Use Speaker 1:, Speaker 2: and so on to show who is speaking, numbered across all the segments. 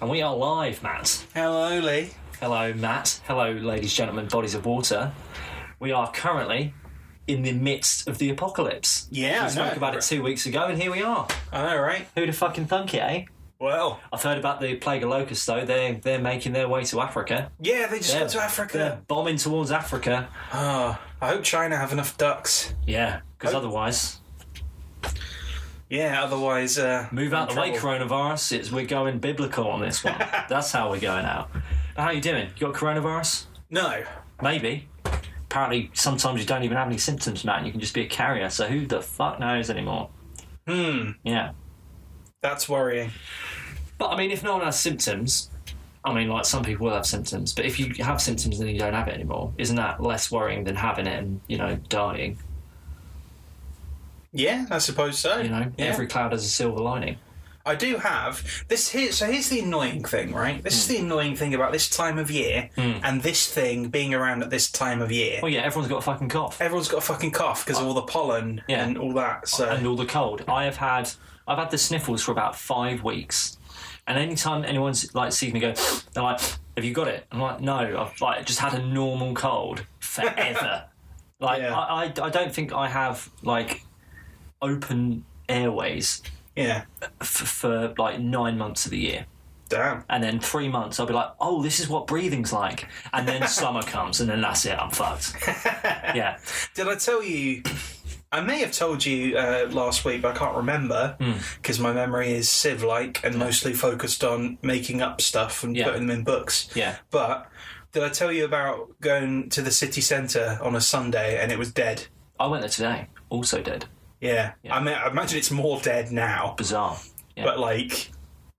Speaker 1: and we are live, Matt.
Speaker 2: Hello, Lee.
Speaker 1: Hello, Matt. Hello, ladies, gentlemen, bodies of water. We are currently in the midst of the apocalypse.
Speaker 2: Yeah,
Speaker 1: we
Speaker 2: I
Speaker 1: spoke
Speaker 2: know.
Speaker 1: about it two weeks ago, and here we are.
Speaker 2: I know, right?
Speaker 1: Who'd have fucking thunk it, eh?
Speaker 2: Well,
Speaker 1: I've heard about the plague of locusts, though. They're they're making their way to Africa.
Speaker 2: yeah, they just
Speaker 1: They're-
Speaker 2: went to Africa.
Speaker 1: They're bombing towards Africa.
Speaker 2: Ah, I hope China have enough ducks.
Speaker 1: Yeah, because
Speaker 2: Oh.
Speaker 1: otherwise,
Speaker 2: Yeah, otherwise, uh,
Speaker 1: move out
Speaker 2: in
Speaker 1: the way,
Speaker 2: trouble.
Speaker 1: coronavirus. It's we're going biblical on this one. That's how we're going out. How you doing? You got coronavirus?
Speaker 2: No,
Speaker 1: Maybe. Apparently, sometimes you don't even have any symptoms, Matt, and you can just be a carrier. So who the fuck knows anymore? Hmm. Yeah.
Speaker 2: that's worrying.
Speaker 1: But I mean, if no one has symptoms, I mean, like some people will have symptoms, but if you have symptoms and you don't have it anymore, isn't that less worrying than having it and you know dying?
Speaker 2: Yeah, I suppose so.
Speaker 1: You know,
Speaker 2: yeah.
Speaker 1: every cloud has a silver lining.
Speaker 2: I do have this here. So here's the annoying thing, right? This is
Speaker 1: Hmm.
Speaker 2: the annoying thing about this time of year and this thing being around at this time of year.
Speaker 1: Well, yeah, everyone's got a fucking cough
Speaker 2: Everyone's got a fucking cough because of all the pollen
Speaker 1: Uh, Yeah. Uh,
Speaker 2: and all that. So
Speaker 1: and all the cold. I have had, I've had the sniffles for about five weeks, and anytime anyone's like sees me go, they're like, "Have you got it?" I'm like, "No, I've like just had a normal cold forever." like,
Speaker 2: Yeah.
Speaker 1: I, I, I don't think I have like open airways
Speaker 2: yeah,
Speaker 1: f- for like nine months of the year.
Speaker 2: damn.
Speaker 1: and then three months I'll be like, oh, this is what breathing's like, and then summer comes, and then that's it, I'm fucked. yeah,
Speaker 2: Did I tell you? I may have told you uh, last week, but I can't remember
Speaker 1: Hmm.
Speaker 2: because my memory is Civ like and mostly focused on making up stuff and
Speaker 1: Yeah.
Speaker 2: putting them in books.
Speaker 1: yeah.
Speaker 2: But did I tell you about going to the city centre on a Sunday and it was dead?
Speaker 1: I went there today, also dead.
Speaker 2: Yeah. I mean, I imagine it's more dead now,
Speaker 1: Bizarre. Yeah. Hmm.
Speaker 2: but like.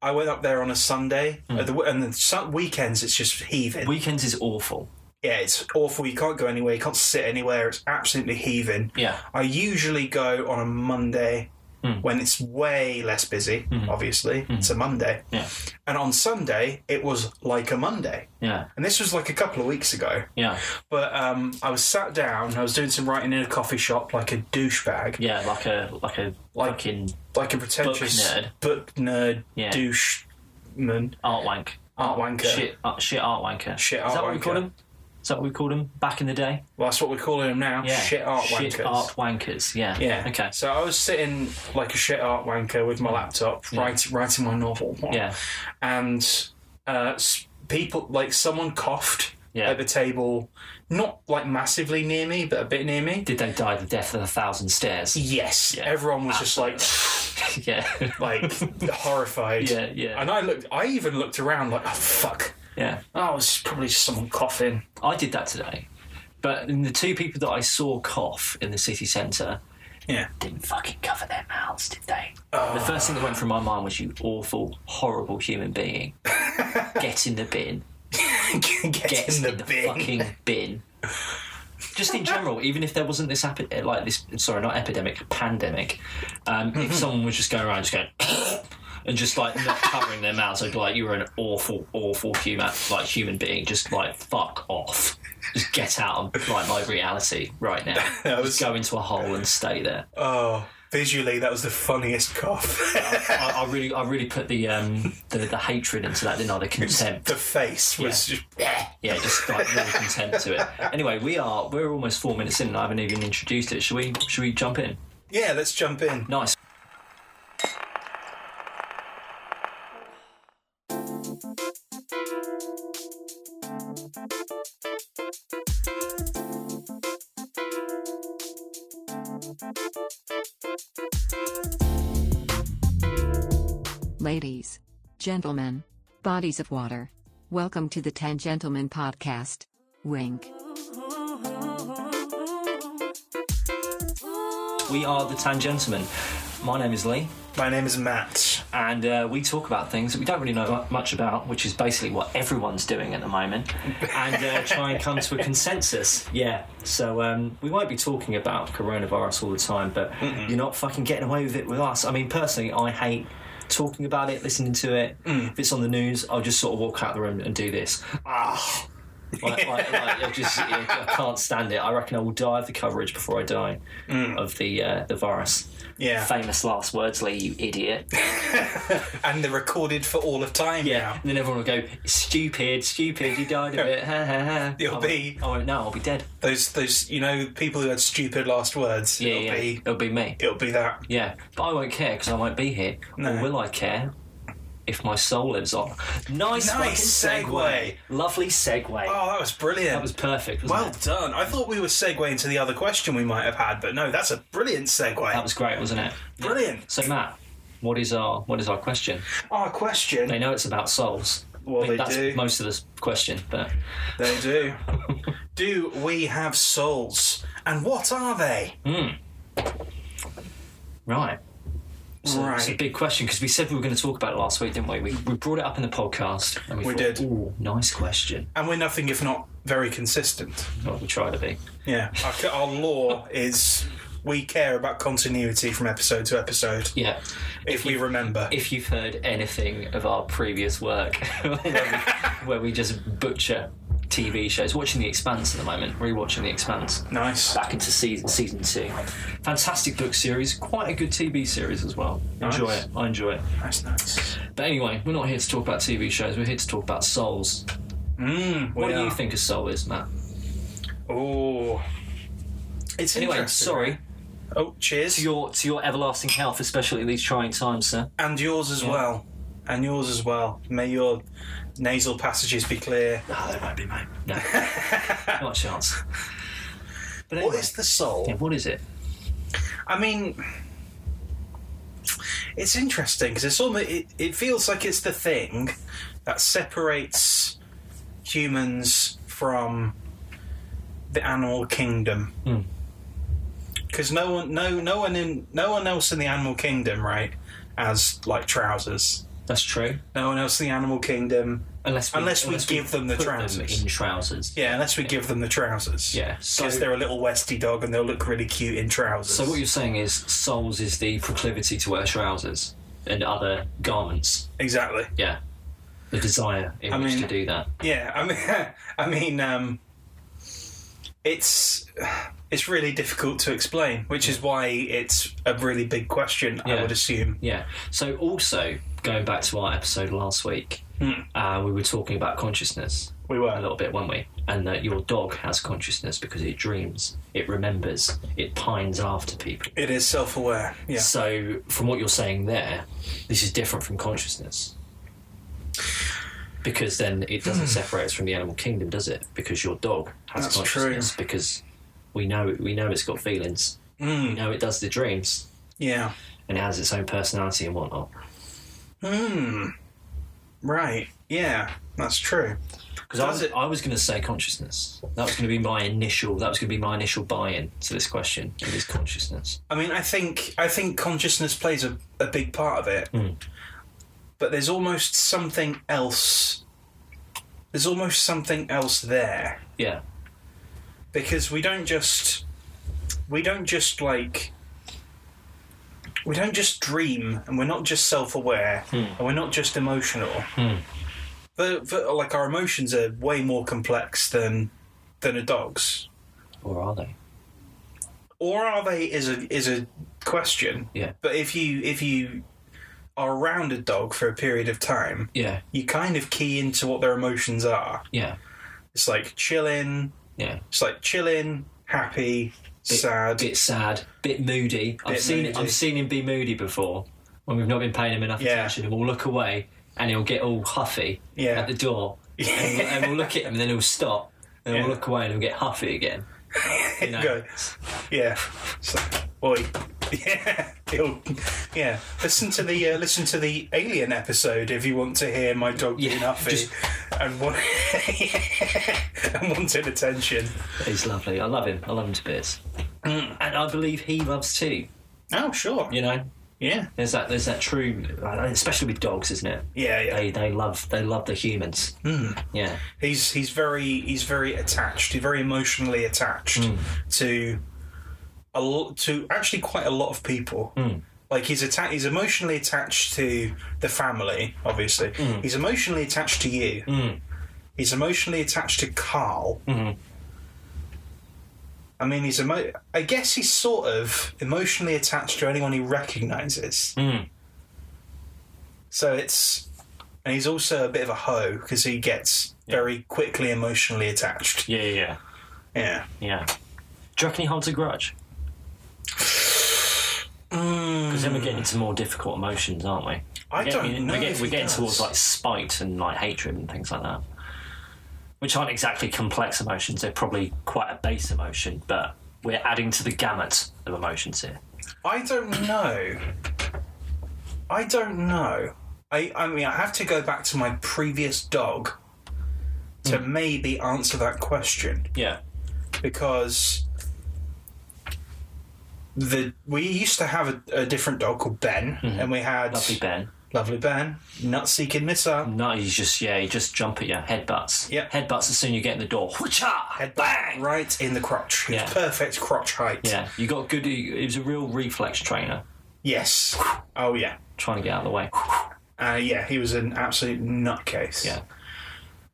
Speaker 2: I went up there on a Sunday, at the, and the sun, weekends it's just heaving.
Speaker 1: Weekends is awful.
Speaker 2: yeah, it's awful. You can't go anywhere. You can't sit anywhere. It's absolutely heaving.
Speaker 1: Yeah.
Speaker 2: I usually go on a Monday
Speaker 1: Hmm.
Speaker 2: when it's way less busy, obviously. It's a Monday.
Speaker 1: Yeah.
Speaker 2: And on Sunday, it was like a Monday.
Speaker 1: Yeah.
Speaker 2: And this was like a couple of weeks ago.
Speaker 1: Yeah.
Speaker 2: But um, I was sat down, I was doing some writing in a coffee shop like a douchebag,
Speaker 1: Yeah. Like a like a
Speaker 2: Like-
Speaker 1: fucking
Speaker 2: like a pretentious
Speaker 1: nerd.
Speaker 2: book nerd
Speaker 1: Yeah.
Speaker 2: douche man.
Speaker 1: art wank.
Speaker 2: Art wanker.
Speaker 1: Shit. Uh, shit art wanker.
Speaker 2: Shit
Speaker 1: Is
Speaker 2: art
Speaker 1: that what we
Speaker 2: wanker.
Speaker 1: called him? Is that what we called him back in the day?
Speaker 2: Well, that's what we're calling them now.
Speaker 1: Yeah.
Speaker 2: Shit art wankers.
Speaker 1: Shit art wankers. Yeah.
Speaker 2: Yeah.
Speaker 1: Okay.
Speaker 2: So I was sitting like a shit art wanker with my laptop, writing, writing my novel.
Speaker 1: Yeah.
Speaker 2: and uh, s- people like someone coughed
Speaker 1: Yeah.
Speaker 2: at the table, not like massively near me, but a bit near me.
Speaker 1: Did they die the death of a thousand stairs?
Speaker 2: Yes, everyone was just
Speaker 1: yeah.
Speaker 2: like like horrified.
Speaker 1: Yeah, yeah.
Speaker 2: And I looked. I even looked around like, oh fuck.
Speaker 1: yeah.
Speaker 2: Oh, it's probably just someone coughing.
Speaker 1: I did that today. But in the two people that I saw cough in the city centre
Speaker 2: Yeah.
Speaker 1: didn't fucking cover their mouths, did they? The
Speaker 2: Oh.
Speaker 1: first thing that went through my mind was, you awful, horrible human being. Get in the bin.
Speaker 2: Get,
Speaker 1: Get
Speaker 2: in the, bin.
Speaker 1: fucking bin. Just in general, even if there wasn't this epi- eh, like this, sorry, not epidemic, pandemic, um,
Speaker 2: Mm-hmm.
Speaker 1: if someone was just going around just going and just like not covering their mouths, I'd be like, you were an awful, awful human, like human being. Just like fuck off, just get out of like my reality right now.
Speaker 2: was-
Speaker 1: Just go into a hole and stay there.
Speaker 2: Oh, visually, that was the funniest cough.
Speaker 1: I, I really, I really put the um the, the hatred into that, didn't I? The contempt.
Speaker 2: the face was just.
Speaker 1: Yeah, just like really content to it. Anyway, we are we're almost four minutes in and I haven't even introduced it. Should we should we jump in?
Speaker 2: Yeah, let's jump in.
Speaker 1: Nice.
Speaker 3: Ladies, gentlemen, bodies of water, welcome to the 10 Gentlemen Podcast. Wink.
Speaker 1: We are the Tangentlemen. My name is Lee,
Speaker 2: My name is Matt.
Speaker 1: and uh, we talk about things that we don't really know mu- much about, which is basically what everyone's doing at the moment, and uh, try and come to a consensus. Yeah. So um, we won't be talking about coronavirus all the time, but you're not fucking getting away with it with us. I mean, personally, I hate talking
Speaker 2: Mm.
Speaker 1: about it, listening to it. If it's on the news, I'll just sort of walk out the room and do this.
Speaker 2: Ah,
Speaker 1: Like, like, like, I just I can't stand it. I reckon I will die of the coverage before I die of the uh, the virus.
Speaker 2: Mm. Yeah.
Speaker 4: Famous last words, Lee, you idiot.
Speaker 2: and they're recorded for all of time now.
Speaker 1: And then everyone will go, stupid, stupid, you died of it. Ha, ha, ha.
Speaker 2: It'll
Speaker 1: I won't-
Speaker 2: be-
Speaker 1: I won't know, I'll be dead.
Speaker 2: Those those you know people who had stupid last words.
Speaker 1: Yeah,
Speaker 2: it'll
Speaker 1: yeah.
Speaker 2: be
Speaker 1: It'll be me.
Speaker 2: it'll be that.
Speaker 1: Yeah. But I won't care because I won't be here.
Speaker 2: No.
Speaker 1: Or will I care if my soul lives on? Nice,
Speaker 2: Nice
Speaker 1: fucking segue.
Speaker 2: segue.
Speaker 1: Lovely segue.
Speaker 2: Oh, that was brilliant.
Speaker 1: That was perfect, wasn't
Speaker 2: well
Speaker 1: it?
Speaker 2: done. I thought we were segueing to the other question we might have had, but no, that's a brilliant segue.
Speaker 1: That was great, wasn't it? Yeah.
Speaker 2: Brilliant.
Speaker 1: So Matt, what is our what is our question?
Speaker 2: Our question.
Speaker 1: They know it's about souls.
Speaker 2: Well,
Speaker 1: I mean,
Speaker 2: they
Speaker 1: that's
Speaker 2: do.
Speaker 1: most of the s- question, but
Speaker 2: They do. do we have souls? And what are they?
Speaker 1: right. So It's a
Speaker 2: right.
Speaker 1: big question because we said we were going to talk about it last week, didn't we? We, we brought it up in the podcast. And we
Speaker 2: We
Speaker 1: thought,
Speaker 2: did.
Speaker 1: Ooh, nice question.
Speaker 2: And we're nothing if not very consistent.
Speaker 1: Well, we try to be.
Speaker 2: Yeah. Our, c- our law is we care about continuity from episode to episode.
Speaker 1: Yeah.
Speaker 2: If we remember.
Speaker 1: If you've heard anything of our previous work, where, we, where we just butcher TV shows, watching The Expanse at the moment, rewatching The Expanse.
Speaker 2: nice.
Speaker 4: Back into season, season two.
Speaker 1: Fantastic book series, quite a good TV series as well. Enjoy
Speaker 2: Nice.
Speaker 1: it. I enjoy it.
Speaker 2: That's nice.
Speaker 1: But anyway, we're not here to talk about TV shows. We're here to talk about souls.
Speaker 2: Mm,
Speaker 1: What do you think a soul is, Matt?
Speaker 2: Oh. It's
Speaker 1: Anyway,
Speaker 2: interesting.
Speaker 1: sorry
Speaker 2: Oh, cheers.
Speaker 4: To your, to your everlasting health, especially in these trying times, sir.
Speaker 2: And yours as
Speaker 1: Mm.
Speaker 2: well. And yours as well. May your nasal passages be clear.
Speaker 1: No, they won't be, mate. No. Not a chance. But anyway,
Speaker 2: What is the soul?
Speaker 1: yeah, what is it?
Speaker 2: I mean, it's interesting because it's almost it, it feels like it's the thing that separates humans from the animal kingdom.
Speaker 1: Hmm.
Speaker 2: Because no one, no, no one in, no one else in the animal kingdom, right, has like trousers.
Speaker 1: That's true.
Speaker 2: No one else in the Oh, animal kingdom,
Speaker 1: Unless we,
Speaker 2: Unless we give them the
Speaker 1: put
Speaker 2: trousers.
Speaker 1: in trousers.
Speaker 2: yeah, unless we give them the trousers.
Speaker 1: Yeah, so-
Speaker 2: because they're a little westy dog and they'll look really cute in trousers.
Speaker 1: So what you're saying is souls is the proclivity to wear trousers and other garments.
Speaker 2: exactly?
Speaker 1: Yeah. The desire in
Speaker 2: I
Speaker 1: which
Speaker 2: mean-
Speaker 1: to do that.
Speaker 2: Yeah, I mean, I mean, um, it's it's really difficult to explain, which is why it's a really big question. I
Speaker 1: Yeah.
Speaker 2: would assume.
Speaker 1: Yeah. So also going back to our episode last week,
Speaker 2: Hmm.
Speaker 1: uh, we were talking about consciousness
Speaker 2: We were.
Speaker 1: a little bit, weren't we? And that your dog has consciousness because it dreams, it remembers, it pines after people.
Speaker 2: It is self-aware. Yeah.
Speaker 1: So, from what you're saying there, this is different from consciousness. Because then it doesn't separate us from the animal kingdom, does it? Because your dog has
Speaker 2: Hmm. That's
Speaker 1: consciousness. Because we know we know it's got feelings.
Speaker 2: Hmm.
Speaker 1: We know it does the dreams,
Speaker 2: Yeah.
Speaker 1: and it has its own personality and whatnot.
Speaker 2: Right. Yeah. That's true.
Speaker 1: Because I
Speaker 2: Does
Speaker 1: was,
Speaker 2: it-
Speaker 1: I was going to say consciousness. That was going to be my initial. That was going to be my initial buy-in to this question. It is consciousness.
Speaker 2: I mean, I think I think consciousness plays a, a big part of it, but there's almost something else. There's almost something else there.
Speaker 1: Yeah.
Speaker 2: because we don't just we don't just like we don't just dream and we're not just self-aware and we're not just emotional but, but like our emotions are way more complex than than a dog's
Speaker 1: Or are they?
Speaker 2: or are they is a is a question
Speaker 1: Yeah.
Speaker 2: but if you if you are around a dog for a period of time
Speaker 1: Yeah.
Speaker 2: you kind of key into what their emotions are
Speaker 1: Yeah.
Speaker 2: it's like chilling
Speaker 1: Yeah.
Speaker 2: it's like chilling happy sad
Speaker 1: bit sad, bit moody. I've
Speaker 2: Bit
Speaker 1: seen
Speaker 2: moody.
Speaker 1: I've seen him be moody before when we've not been paying him enough
Speaker 2: Yeah.
Speaker 1: attention, and we'll look away and he'll get all huffy
Speaker 2: Yeah.
Speaker 1: at the door, and, we'll, and we'll look at him, and then he'll stop, and
Speaker 2: Yeah.
Speaker 1: we'll look away and he'll get huffy again. You know?
Speaker 2: Go. Yeah. So, oi. Yeah. It'll, yeah. Listen to the uh, listen to the alien episode if you want to hear my dog being
Speaker 1: Yeah,
Speaker 2: huffy
Speaker 1: just-
Speaker 2: and want and wanted attention.
Speaker 1: He's lovely. I love him. I love him to bits, and I believe he loves too.
Speaker 2: Oh, sure.
Speaker 1: You know,
Speaker 2: Yeah.
Speaker 1: there's that there's that true, especially with dogs, isn't it?
Speaker 2: Yeah. Hmm. Yeah.
Speaker 1: They they love they love the humans. Yeah,
Speaker 2: He's he's very he's very attached. He's very emotionally attached to a lot to actually quite a lot of people. Like he's atta- he's emotionally attached to the family, obviously. He's emotionally attached to you. He's emotionally attached to Carl. I mean, he's emo- I guess he's sort of emotionally attached to anyone he recognizes. So it's, and he's also a bit of a hoe because he gets very quickly emotionally attached.
Speaker 1: Yeah, yeah, yeah.
Speaker 2: Yeah.
Speaker 1: yeah. Do you reckon he holds a grudge? Because then we're getting into more difficult emotions, aren't we?
Speaker 2: I
Speaker 1: We're
Speaker 2: don't
Speaker 1: getting-
Speaker 2: know.
Speaker 1: We're getting,
Speaker 2: if
Speaker 1: we're
Speaker 2: he
Speaker 1: getting
Speaker 2: does.
Speaker 1: towards like spite and like hatred and things like that, which aren't exactly complex emotions. They're probably quite a base emotion, but we're adding to the gamut of emotions here.
Speaker 2: I don't know. I don't know. I, I mean, I have to go back to my previous dog to
Speaker 1: Hmm.
Speaker 2: maybe answer that question
Speaker 1: Yeah.
Speaker 2: because the we used to have a, a different dog called Ben, and we had
Speaker 1: Mm-hmm. Lovely Ben. Mm.
Speaker 2: lovely Ben, nutseeking knitter,
Speaker 1: No, he's just yeah, he just jump at you, headbutts.
Speaker 2: Yeah.
Speaker 1: Headbutts as soon as you get in the door. Whocha!
Speaker 2: head
Speaker 1: bang!
Speaker 2: right in the crotch. His
Speaker 1: Yeah.
Speaker 2: perfect crotch height.
Speaker 1: Yeah, you got good. He was a real reflex trainer,
Speaker 2: Yes. Oh yeah.
Speaker 1: trying to get out of the way.
Speaker 2: Uh, yeah, he was an absolute nutcase.
Speaker 1: Yeah.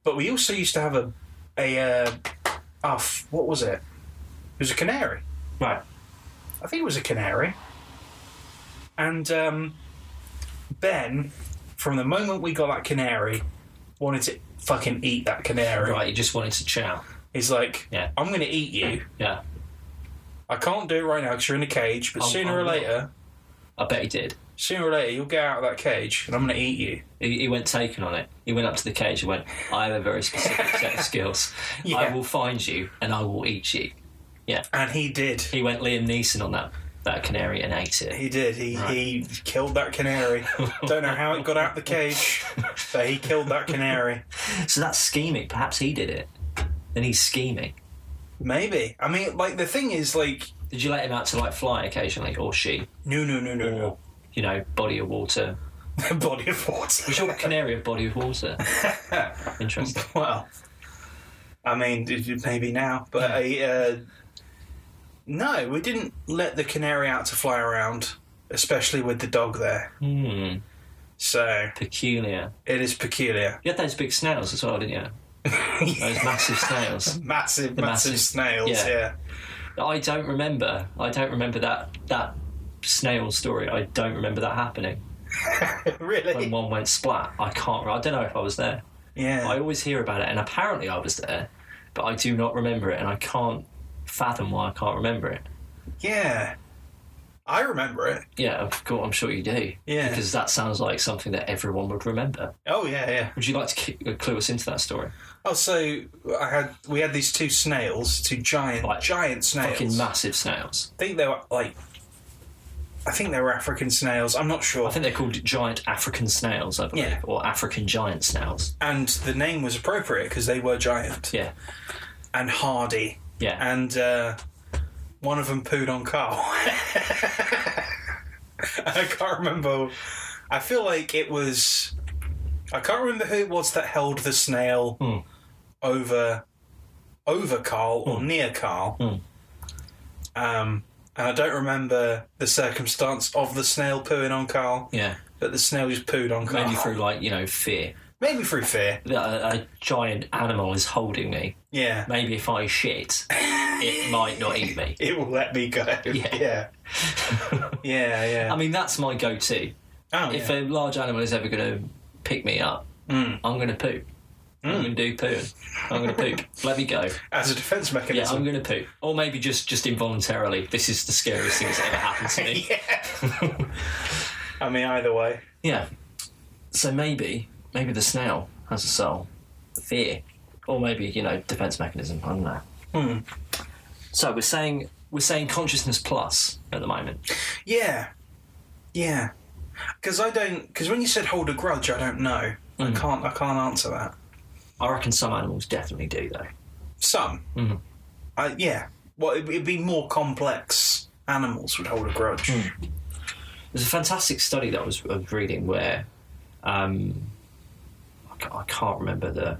Speaker 2: But we also used to have a a uh, oh, f- what was it? It was a canary.
Speaker 1: Right.
Speaker 2: I think it was a canary. And um, Ben, from the moment we got that canary, wanted to fucking eat that canary.
Speaker 1: Right. You just wanted to chow.
Speaker 2: He's like,
Speaker 1: Yeah.
Speaker 2: I'm going to eat you.
Speaker 1: Yeah.
Speaker 2: I can't do it right now because you're in a cage, but
Speaker 1: I'm-
Speaker 2: sooner
Speaker 1: I'm
Speaker 2: or
Speaker 1: not.
Speaker 2: later,
Speaker 1: I bet he did.
Speaker 2: sooner or later, you'll get out of that cage and I'm going to eat you.
Speaker 1: He, he went taken on it. He went up to the cage and went, I have a very specific set of skills.
Speaker 2: Yeah.
Speaker 1: I will find you and I will eat you.
Speaker 2: And he did.
Speaker 1: He went Liam Neeson on that, that canary and ate it.
Speaker 2: He did. He he killed that canary. Don't know how it got out the cage, but he killed that canary.
Speaker 1: So that's scheming. Perhaps he did it. And he's scheming.
Speaker 2: Maybe. I mean, like the thing is, like
Speaker 1: Did you let him out to like fly occasionally or she?
Speaker 2: no, no, no, no,
Speaker 1: Or, you know, body of water?
Speaker 2: no. Body of water.
Speaker 1: Is your canary a body of water? Interesting.
Speaker 2: Well, I mean, d- d- maybe now, but I, uh, no, we didn't let the canary out to fly around, especially with the dog there.
Speaker 1: Hmm.
Speaker 2: So
Speaker 1: Peculiar.
Speaker 2: it is peculiar.
Speaker 1: You had those big snails as well, didn't you? Those massive snails.
Speaker 2: Massive, massive,
Speaker 1: massive-
Speaker 2: snails.
Speaker 1: yeah.
Speaker 2: yeah.
Speaker 1: I don't remember. I don't remember that that snail story. I don't remember that happening. When
Speaker 2: really.
Speaker 1: one went splat, I can't. re- I don't know if I was there.
Speaker 2: Yeah.
Speaker 1: I always hear about it, and apparently I was there, but I do not remember it, and I can't fathom why I can't remember it.
Speaker 2: Yeah. I remember it.
Speaker 1: Yeah, of course, I'm sure you do.
Speaker 2: Yeah.
Speaker 1: because that sounds like something that everyone would remember.
Speaker 2: Oh yeah, yeah.
Speaker 1: Would you like to ki- uh, clue us into that story?
Speaker 2: Oh, so I had we had these two snails, two giant
Speaker 1: Like,
Speaker 2: giant
Speaker 1: Fucking
Speaker 2: snails. I
Speaker 1: massive snails.
Speaker 2: think they were like, I think they were African snails. I'm not sure.
Speaker 1: I think they're called giant African snails, I believe,
Speaker 2: Yeah.
Speaker 1: or African giant snails.
Speaker 2: and the name was appropriate because they were giant
Speaker 1: Yeah,
Speaker 2: and hardy.
Speaker 1: yeah.
Speaker 2: And uh, one of them pooed on Carl. I can't remember. I feel like it was. I can't remember who it was that held the snail
Speaker 1: Hmm.
Speaker 2: over over Carl or
Speaker 1: Hmm.
Speaker 2: near Carl. Um, and I don't remember the circumstance of the snail pooing on Carl,
Speaker 1: yeah,
Speaker 2: but the snail just pooed on Carl.
Speaker 1: maybe through like you know fear.
Speaker 2: Maybe through fear.
Speaker 1: that a, a giant animal is holding me.
Speaker 2: Yeah.
Speaker 1: Maybe if I shit, it might not eat me.
Speaker 2: It will let me go. Yeah. Yeah, yeah.
Speaker 1: I mean, that's my go to.
Speaker 2: oh,
Speaker 1: If
Speaker 2: yeah. Mm.
Speaker 1: a large animal is ever going to pick me up, I'm going to poop. I'm going to do pooing. I'm going to poop. Let me go.
Speaker 2: As a defence
Speaker 1: Yeah, I'm
Speaker 2: mechanism.
Speaker 1: going to poop. Or maybe just, just involuntarily. This is the scariest thing that's ever happened to me. yeah.
Speaker 2: I mean, either way.
Speaker 1: So maybe, maybe the snail has a soul. Fear. Or maybe, you know, defense mechanism. I don't know.
Speaker 4: So we're saying
Speaker 1: We're saying consciousness plus at the moment.
Speaker 2: Yeah. Yeah. Because I don't. Because when you said hold a grudge, I don't know. I
Speaker 1: Mm.
Speaker 2: can't. I can't answer that.
Speaker 1: I reckon some animals definitely do, though.
Speaker 2: Some.
Speaker 1: Mm.
Speaker 2: I, yeah. Well, it'd, it'd be more complex. Animals would hold a grudge.
Speaker 1: Mm. There's a fantastic study that I was I was reading where um, I, ca- I can't remember the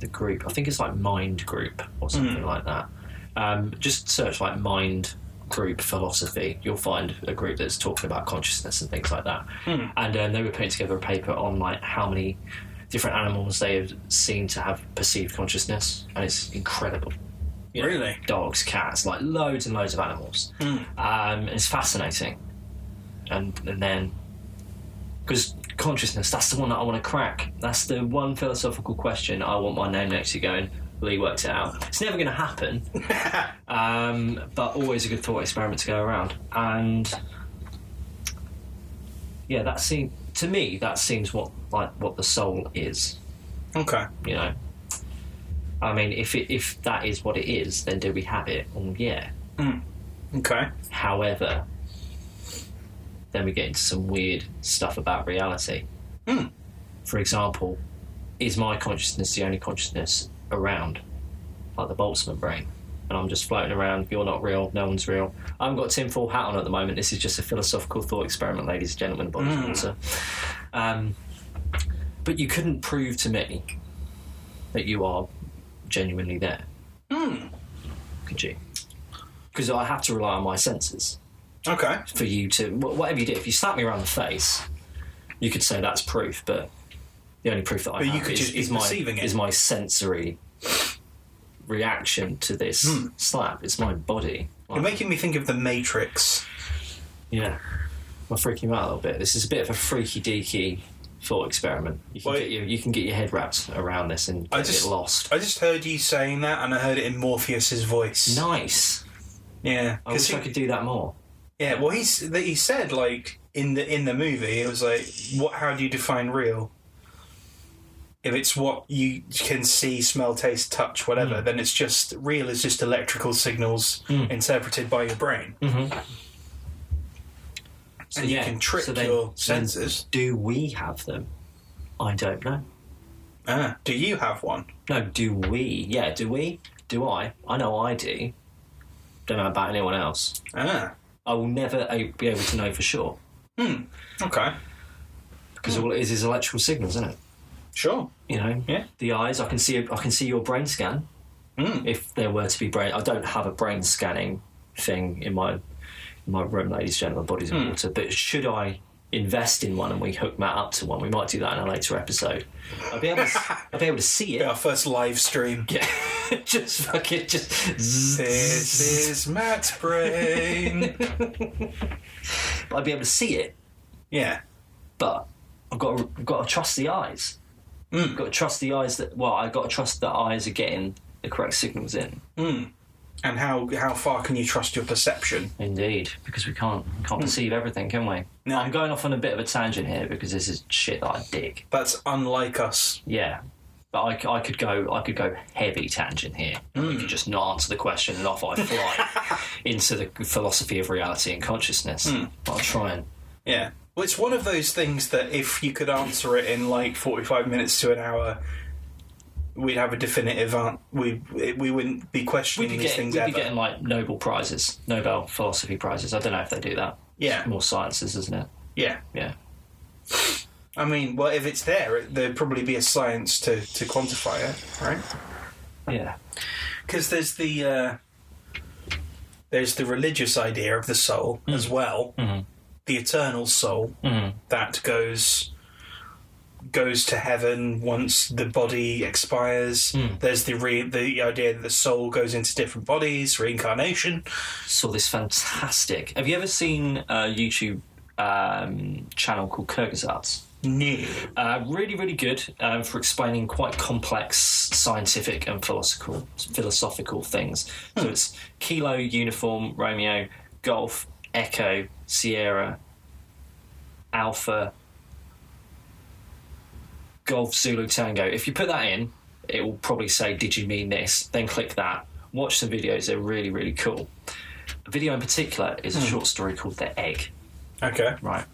Speaker 1: the group. I think it's like Mind Group or something like that. Um, just search like Mind Group philosophy. You'll find a group uh, that's talking about consciousness and things like that. And um, they were putting together a paper on like how many different animals they have seen to have perceived consciousness, and it's incredible. You know,
Speaker 2: Really?
Speaker 1: dogs, cats, like loads and loads of animals. Um, and it's fascinating. And and then because consciousness, that's the one that I want to crack. That's the one philosophical question I want my name next to going. Lee worked it out. It's never going to happen, um, but always a good thought experiment to go around. And yeah, that seems to me that seems what like what the soul is.
Speaker 2: Okay.
Speaker 1: You know, I mean, if it, if that is what it is, then do we have it? Well, yeah.
Speaker 2: Okay.
Speaker 1: However, then we get into some weird stuff about reality. For example, is my consciousness the only consciousness around, like the Boltzmann brain? And I'm just floating around. You're not real. No one's real. I haven't got a tin foil hat on at the moment. This is just a philosophical thought experiment, ladies and gentlemen. Bodies and water. Um, but you couldn't prove to me that you are genuinely there, could you? Because I have to rely on my senses
Speaker 2: Okay.
Speaker 1: for you to wh- whatever you do. If you slap me around the face, you could say that's proof, but the only proof that I
Speaker 2: But you
Speaker 1: have
Speaker 2: could
Speaker 1: is,
Speaker 2: just be
Speaker 1: is my
Speaker 2: perceiving it.
Speaker 1: is my sensory reaction to this
Speaker 2: Hmm.
Speaker 1: slap. It's my body.
Speaker 2: You're
Speaker 1: Like,
Speaker 2: making me think of the Matrix.
Speaker 1: yeah, I'm freaking out a little bit. This is a bit of a freaky deaky thought experiment. You can,
Speaker 2: Well,
Speaker 1: get your, you can get your head wrapped around this and
Speaker 2: I
Speaker 1: get
Speaker 2: just-
Speaker 1: lost.
Speaker 2: I just heard you saying that, and I heard it in Morpheus's voice.
Speaker 1: nice.
Speaker 2: Yeah.
Speaker 1: I
Speaker 2: 'cause
Speaker 1: wish
Speaker 2: he-
Speaker 1: I could do that more.
Speaker 2: Yeah, well, he's that he said like in the in the movie, it was like, what? How do you define real? If it's what you can see, smell, taste, touch, whatever,
Speaker 1: Hmm.
Speaker 2: then it's just real is just electrical signals interpreted by your brain,
Speaker 1: So
Speaker 2: and you
Speaker 1: Mm-hmm. yeah,
Speaker 2: can trick
Speaker 1: so then-
Speaker 2: your
Speaker 1: so then
Speaker 2: senses.
Speaker 1: Do we have them? I don't know.
Speaker 2: Ah, do you have one?
Speaker 1: No, do we? Yeah, do we? Do I? I know I do. Don't know about anyone else.
Speaker 2: Ah,
Speaker 1: I will never a- be able to know for sure
Speaker 2: okay,
Speaker 1: because all it is is electrical signals, isn't it?
Speaker 2: sure.
Speaker 1: You know,
Speaker 2: Yeah.
Speaker 1: The eyes, I can see. I can see your brain scan. If there were to be brain, I don't have a brain scanning thing in my in my room, ladies and gentlemen, bodies of water. But should I invest in one and we hook Matt up to one, we might do that in a later episode. I'll be able to, s- I'll be able to see it.
Speaker 2: Our first live stream.
Speaker 1: Yeah. just fucking just.
Speaker 2: This is Matt's brain.
Speaker 1: I'd be able to see it,
Speaker 2: yeah,
Speaker 1: but I've got to, I've got to trust the eyes. I've got to trust the eyes that well, I've got to trust that eyes are getting the correct signals in.
Speaker 2: and how how far can you trust your perception?
Speaker 1: Indeed, because we can't can't perceive everything, can we?
Speaker 2: No.
Speaker 1: Hmm. I'm going off on a bit of a tangent here because this is shit that I dig.
Speaker 2: That's unlike us.
Speaker 1: Yeah. But I, c- I could go I could go heavy tangent here. and We could just not answer the question and off I fly into the philosophy of reality and consciousness. But I'll try and
Speaker 2: Yeah. Well, it's one of those things that if you could answer it in like 45 minutes to an hour, we'd have a definitive answer. We, we wouldn't be questioning
Speaker 1: We'd be,
Speaker 2: these
Speaker 1: getting,
Speaker 2: things
Speaker 1: we'd be
Speaker 2: ever.
Speaker 1: getting like Nobel prizes, Nobel philosophy prizes. I don't know if they do that.
Speaker 2: Yeah.
Speaker 1: It's more sciences, isn't it?
Speaker 2: Yeah.
Speaker 1: Yeah,
Speaker 2: I mean, well, if it's there, it, there'd probably be a science to, to quantify it, right?
Speaker 1: yeah.
Speaker 2: Because there's the. Uh, there's the religious idea of the soul as well, the eternal soul that goes goes to heaven once the body expires. There's the re- the idea that the soul goes into different bodies, reincarnation.
Speaker 1: Saw this fantastic. Have you ever seen a YouTube um, channel called Kyrgyzarts?
Speaker 2: New.
Speaker 1: Uh, really, really good um, for explaining quite complex scientific and philosophical philosophical things. So it's Kilo, Uniform, Romeo, Golf, Echo, Sierra, Alpha, Golf, Zulu, Tango. If you put that in, it will probably say, "Did you mean this?" Then click that. Watch some videos; they're really, really cool. A video in particular is a short story called "The Egg."
Speaker 2: Okay.
Speaker 1: right?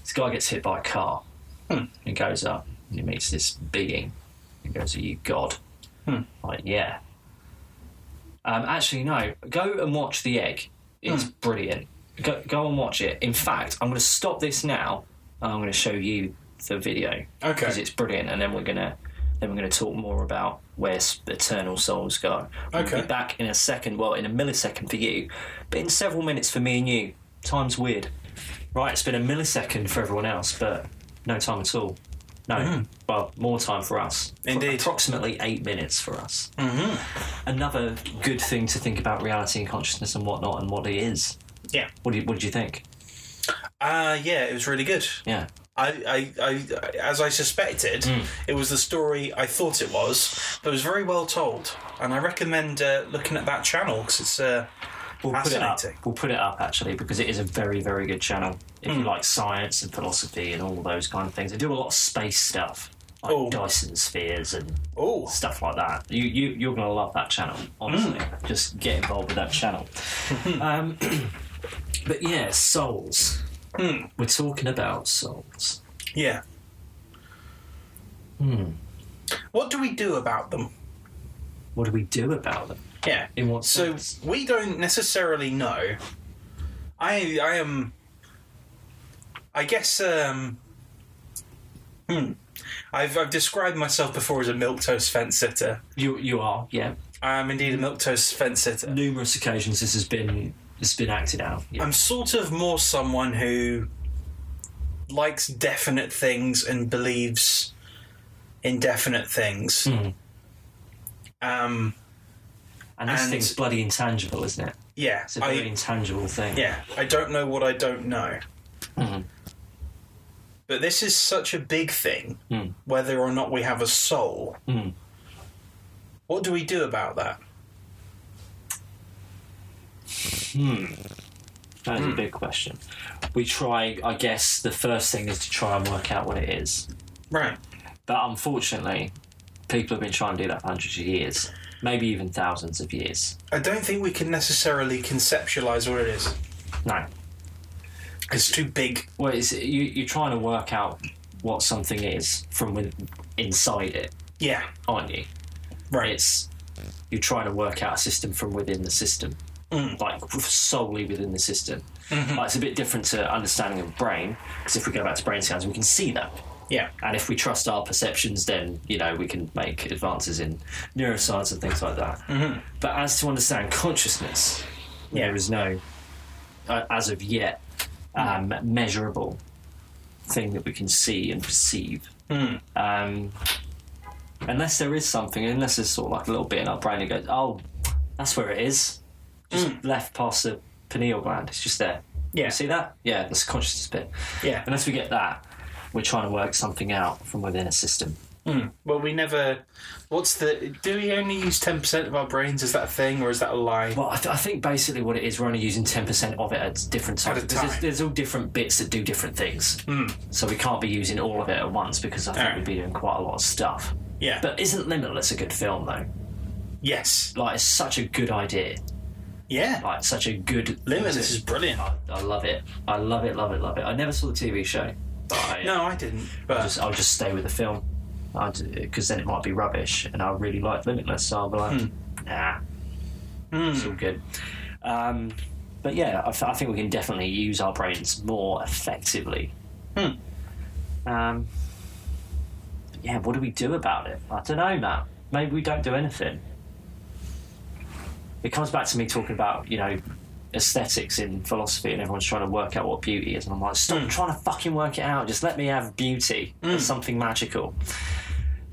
Speaker 1: This guy gets hit by a car. Hmm. He goes up and he meets this being. He goes, Are you God? Like, yeah. Um, actually, no. Go and watch The Egg. It's brilliant. Go, go and watch it. In fact, I'm going to stop this now and I'm going to show you the video.
Speaker 2: Okay.
Speaker 1: Because it's brilliant. And then we're going to. Then we're going to talk more about where s- eternal souls go. We'll
Speaker 2: Okay.
Speaker 1: be back in a second, well, in a millisecond for you, but in several minutes for me and you. Time's weird. Right, it's been a millisecond for everyone else, but no time at all. No, well, more time for us.
Speaker 2: Mm-hmm. Indeed. Mm-hmm.
Speaker 1: approximately eight minutes for us. Another good thing to think about reality and consciousness and whatnot and what it is.
Speaker 2: Yeah.
Speaker 1: What did, what did you think?
Speaker 2: Uh, yeah, it was really good.
Speaker 1: Yeah.
Speaker 2: I, I, I, as I suspected,
Speaker 1: Hmm.
Speaker 2: it was the story I thought it was, but it was very well told. And I recommend uh, looking at that channel because it's uh,
Speaker 1: We'll put it up.
Speaker 2: fascinating.
Speaker 1: We'll put it up actually because it is a very, very good channel. If
Speaker 2: Hmm.
Speaker 1: you like science and philosophy and all those kind of things, they do a lot of space stuff, like
Speaker 2: Oh.
Speaker 1: Dyson spheres and
Speaker 2: Oh,
Speaker 1: stuff like that. You, you you're gonna love that channel, honestly.
Speaker 2: Hmm.
Speaker 1: Just get involved with that channel. um, but yeah, souls.
Speaker 2: Hmm.
Speaker 1: We're talking about souls.
Speaker 2: yeah.
Speaker 1: Hmm.
Speaker 2: What do we do about them?
Speaker 1: What do we do about them?
Speaker 2: Yeah.
Speaker 1: In what
Speaker 2: so
Speaker 1: sense?
Speaker 2: we don't necessarily know. I I am. I guess. Um, hmm. I've I've described myself before as a milquetoast fence sitter.
Speaker 1: You you are yeah.
Speaker 2: I am indeed a milquetoast fence sitter.
Speaker 1: Numerous occasions this has been this has been acted out. Yeah.
Speaker 2: I'm sort of more someone who likes definite things and believes indefinite things. Um,
Speaker 1: and this
Speaker 2: and-
Speaker 1: thing's bloody intangible, isn't it?
Speaker 2: yeah,
Speaker 1: It's a very
Speaker 2: I,
Speaker 1: intangible thing.
Speaker 2: yeah, I don't know what I don't know. But this is such a big thing, whether or not we have a soul. What do we do about that?
Speaker 1: That is a big question. We try, I guess, the first thing is to try and work out what it is.
Speaker 2: Right.
Speaker 1: But unfortunately, people have been trying to do that for hundreds of years, maybe even thousands of years.
Speaker 2: I don't think we can necessarily conceptualize what it is.
Speaker 1: No.
Speaker 2: It's too big.
Speaker 1: Well, it's, you, you're trying to work out what something is from with, inside it,
Speaker 2: Yeah.
Speaker 1: aren't you?
Speaker 2: Right.
Speaker 1: It's you're trying to work out a system from within the system, like solely within the system. Like, it's a bit different to understanding of brain because if we go back to brain scans, we can see that.
Speaker 2: yeah.
Speaker 1: And if we trust our perceptions, then you know we can make advances in neuroscience and things like that. But as to understand consciousness,
Speaker 2: Mm-hmm. Yeah.
Speaker 1: there is no, uh, as of yet, um, measurable thing that we can see and perceive.
Speaker 2: Mm.
Speaker 1: Um, unless there is something, unless there's sort of like a little bit in our brain that goes, "Oh, that's where it is," just left past the pineal gland. It's just there.
Speaker 2: Mm. Yeah.
Speaker 1: You see that? Yeah, that's the consciousness bit.
Speaker 2: Yeah.
Speaker 1: Unless we get that, we're trying to work something out from within a system.
Speaker 2: Well, we never. What's the? Do we only use ten percent of our brains? Is that a thing, or is that a lie?
Speaker 1: Well, I, th- I think basically what it is, we're only using 10% of it at different times.
Speaker 2: a
Speaker 1: Because
Speaker 2: time. Hmm.
Speaker 1: There's, there's all different bits that do different things. So we can't be using all of it at once because I think
Speaker 2: Alright.
Speaker 1: we'd be doing quite a lot of stuff.
Speaker 2: Yeah.
Speaker 1: But isn't Limitless a good film, though?
Speaker 2: yes.
Speaker 1: Like, it's such a good idea.
Speaker 2: Yeah.
Speaker 1: Like, such a good.
Speaker 2: Limitless is brilliant.
Speaker 1: I, I love it. I love it, love it, love it. I never saw the TV show. But I,
Speaker 2: No, I didn't. But
Speaker 1: just, I'll just stay with the film because then it might be rubbish and I really like Limitless so I'll be like nah it's all good um, but yeah I, th- I think we can definitely use our brains more effectively um, but yeah what do we do about it I don't know Matt maybe we don't do anything it comes back to me talking about you know aesthetics in philosophy and everyone's trying to work out what beauty is and I'm like stop trying to fucking work it out just let me have beauty as something magical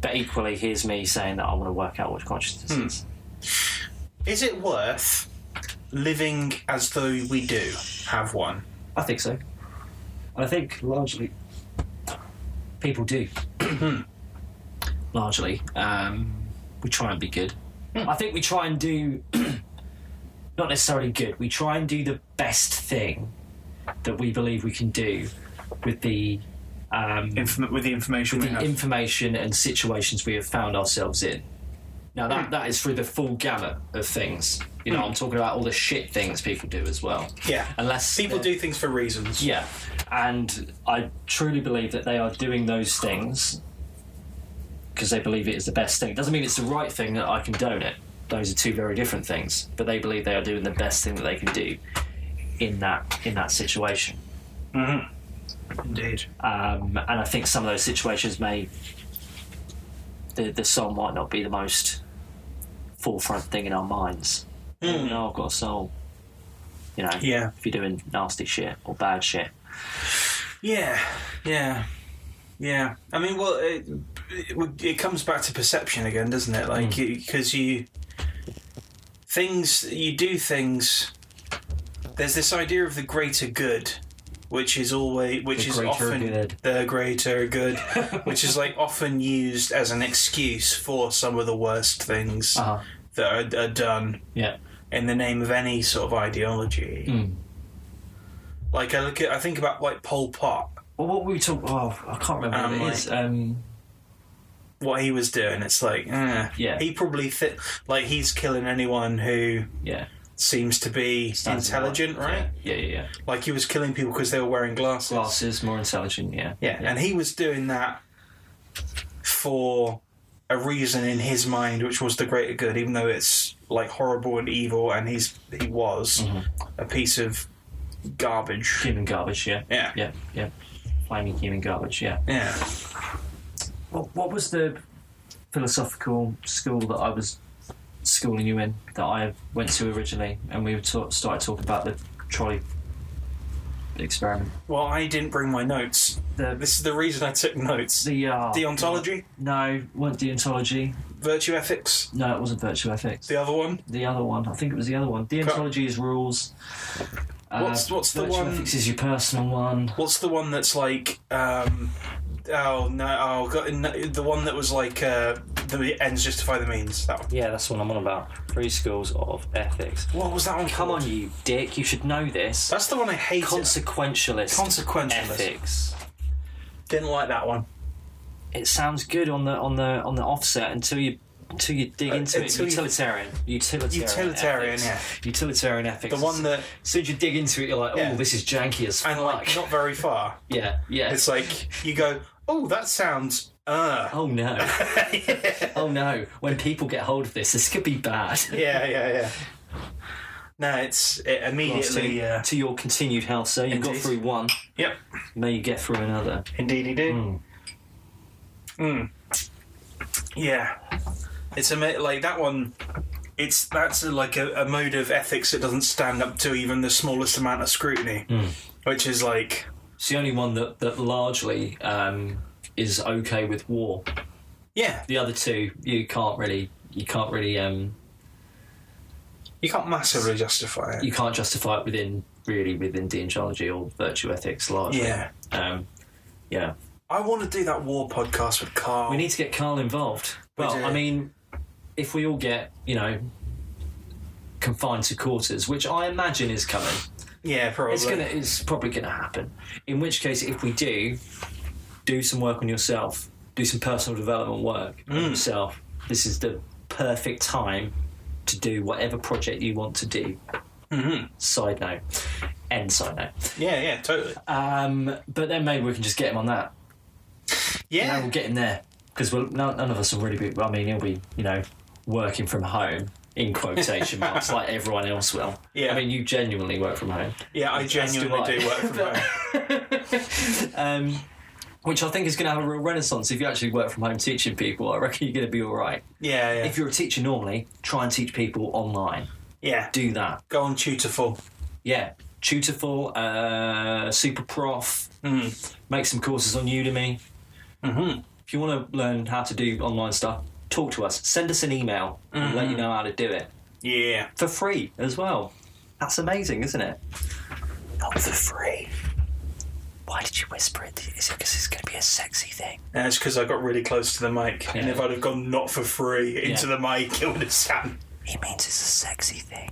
Speaker 1: but equally here's me saying that I want to work out what consciousness is
Speaker 2: is it worth living as though we do have one?
Speaker 1: I think so and I think largely people do largely um, we try and be good I think we try and do not necessarily good we try and do the best thing that we believe we can do with the um,
Speaker 2: Inform- with the information
Speaker 1: the information and situations we have found ourselves in. Now
Speaker 2: Hmm.
Speaker 1: that that is through the full gamut of things. You know, I'm talking about all the shit things people do as well.
Speaker 2: yeah.
Speaker 1: Unless
Speaker 2: People
Speaker 1: they're-
Speaker 2: do things for reasons.
Speaker 1: Yeah, and I truly believe that they are doing those things because they believe it is the best thing. Doesn't mean it's the right thing that I condone it. Those are two very different things. But they believe they are doing the best thing that they can do in that in that situation.
Speaker 2: Indeed.
Speaker 1: Um, and I think some of those situations may the the soul might not be the most forefront thing in our minds. Oh, no, I've got a soul. You know,
Speaker 2: Hmm. Yeah.
Speaker 1: if you're doing nasty shit or bad shit,
Speaker 2: Yeah. Yeah. Yeah, I mean, well, it, it, it comes back to perception again, doesn't it? Like,
Speaker 1: Hmm.
Speaker 2: because you things you do things. There's this idea of the greater good, which is always which
Speaker 1: The
Speaker 2: is
Speaker 1: greater
Speaker 2: often
Speaker 1: good.
Speaker 2: the greater good, which is like often used as an excuse for some of the worst things
Speaker 1: Uh-huh.
Speaker 2: that are, are done
Speaker 1: Yeah.
Speaker 2: in the name of any sort of ideology.
Speaker 1: Mm.
Speaker 2: Like I look at, I think about like Pol Pot,
Speaker 1: Well, what were we talking? Oh, I can't remember
Speaker 2: Um,
Speaker 1: what
Speaker 2: like-
Speaker 1: it is. Um,
Speaker 2: what he was doing. It's like, eh.
Speaker 1: Yeah.
Speaker 2: he probably thi- like he's killing anyone who
Speaker 1: yeah.
Speaker 2: seems to be
Speaker 1: Stands
Speaker 2: intelligent,
Speaker 1: apart.
Speaker 2: right?
Speaker 1: Yeah, yeah, yeah.
Speaker 2: Like he was killing people because they were wearing glasses.
Speaker 1: Glasses, more intelligent. Yeah.
Speaker 2: Yeah, and he was doing that for a reason in his mind, which was the greater good, even though it's like horrible and evil, and he's he was
Speaker 1: Mm-hmm.
Speaker 2: a piece of garbage.
Speaker 1: Human garbage. Yeah.
Speaker 2: Yeah.
Speaker 1: Yeah. Yeah. Flaming human garbage. Yeah.
Speaker 2: Yeah,
Speaker 1: What, what was the philosophical school that I was schooling you in that I went to originally, and we were ta- started talking about the trolley experiment.
Speaker 2: Well, I didn't bring my notes.
Speaker 1: The
Speaker 2: This is the reason I took notes.
Speaker 1: the uh,
Speaker 2: Deontology,
Speaker 1: No, weren't deontology.
Speaker 2: virtue ethics,
Speaker 1: No, it wasn't virtue ethics.
Speaker 2: the other one.
Speaker 1: the other one. I think it was the other one. Deontology is rules. Uh,
Speaker 2: What's- what's the
Speaker 1: virtue
Speaker 2: one-
Speaker 1: Ethics is your personal one.
Speaker 2: What's the one that's like? Um, oh no! Oh, God, no, the one that was like uh, the ends justify the means. That one.
Speaker 4: Yeah, that's what I'm on about. Three schools of ethics.
Speaker 2: What was that one?
Speaker 4: Come
Speaker 2: called?
Speaker 4: on, you dick. You should know this.
Speaker 2: That's the one I hated.
Speaker 4: Consequentialist.
Speaker 2: Consequentialist.
Speaker 4: Ethics.
Speaker 2: Didn't like that one.
Speaker 4: It sounds good on the on the on the offset until you until you dig
Speaker 2: Uh,
Speaker 4: into it.
Speaker 2: until you-
Speaker 4: Utilitarian. Utilitarian.
Speaker 2: Utilitarian,
Speaker 4: ethics.
Speaker 2: yeah.
Speaker 4: Utilitarian ethics.
Speaker 2: The one that-
Speaker 4: As soon as you dig into it, you're like, oh,
Speaker 2: Yeah.
Speaker 4: this is janky as fuck.
Speaker 2: And like not very far.
Speaker 4: yeah, yeah.
Speaker 2: It's like you go, oh, that sounds. Uh.
Speaker 4: oh no. Oh no. When people get hold of this, this could be bad.
Speaker 2: Yeah, yeah, yeah. No, it's it
Speaker 4: to,
Speaker 2: immediately. Uh,
Speaker 4: to your continued health, sir. You got
Speaker 2: Indeed.
Speaker 4: through one.
Speaker 2: yep,
Speaker 4: May you get through another.
Speaker 2: indeed he did.
Speaker 1: Hmm.
Speaker 2: Mm. Yeah, it's a like that one. It's that's a, like a, a mode of ethics that doesn't stand up to even the smallest amount of scrutiny,
Speaker 1: Hmm.
Speaker 2: which is like
Speaker 1: It's the only one that that largely um, is okay with war.
Speaker 2: yeah,
Speaker 1: The other two, you can't really, you can't really, um,
Speaker 2: you can't massively justify it.
Speaker 1: you can't justify it within really within deontology or virtue ethics largely.
Speaker 2: Yeah,
Speaker 1: Um, yeah.
Speaker 2: I want to do that war podcast with Carl.
Speaker 1: We need to get Carl involved.
Speaker 2: We
Speaker 1: Well,
Speaker 2: do.
Speaker 1: I mean, if we all get, you know, confined to quarters, which I imagine is coming,
Speaker 2: yeah, probably.
Speaker 1: it's gonna, it's probably gonna happen. In which case, if we do, do some work on yourself, do some personal development work on
Speaker 2: Hmm.
Speaker 1: yourself. This is the perfect time to do whatever project you want to do.
Speaker 2: Mm-hmm.
Speaker 1: Side note, end side note.
Speaker 2: Yeah, yeah, totally.
Speaker 1: Um, but then maybe we can just get him on that.
Speaker 2: yeah,
Speaker 1: Now we'll get him there because we'll, none, none of us will really be. I mean, he'll be, you know, working from home in quotation marks like everyone else will.
Speaker 2: Yeah.
Speaker 1: I mean, you genuinely work from home,
Speaker 2: yeah. I
Speaker 1: do
Speaker 2: genuinely
Speaker 1: I.
Speaker 2: do work from home.
Speaker 1: um, which I think is going to have a real renaissance. If you actually work from home teaching people, I reckon you're going to be all right.
Speaker 2: Yeah, yeah,
Speaker 1: If you're a teacher normally, try and teach people online.
Speaker 2: yeah.
Speaker 1: Do that.
Speaker 2: Go on Tutorful.
Speaker 1: Yeah. Tutorful, uh, super prof, Hmm, make some courses on Udemy. Hmm,
Speaker 2: Mhm.
Speaker 1: If you want to learn how to do online stuff, talk to us. Send us an email and let
Speaker 2: Mm-hmm.
Speaker 1: you know how to do it
Speaker 2: Yeah,
Speaker 1: for free as well. That's amazing, isn't it? Not for free. Why did you whisper it? Is it because it's going to be a sexy thing?
Speaker 2: and it's because I got really close to the mic, and
Speaker 1: Yeah.
Speaker 2: if I'd have gone not for free into
Speaker 1: Yeah.
Speaker 2: the mic, it would have sounded.
Speaker 1: He means it's a sexy thing.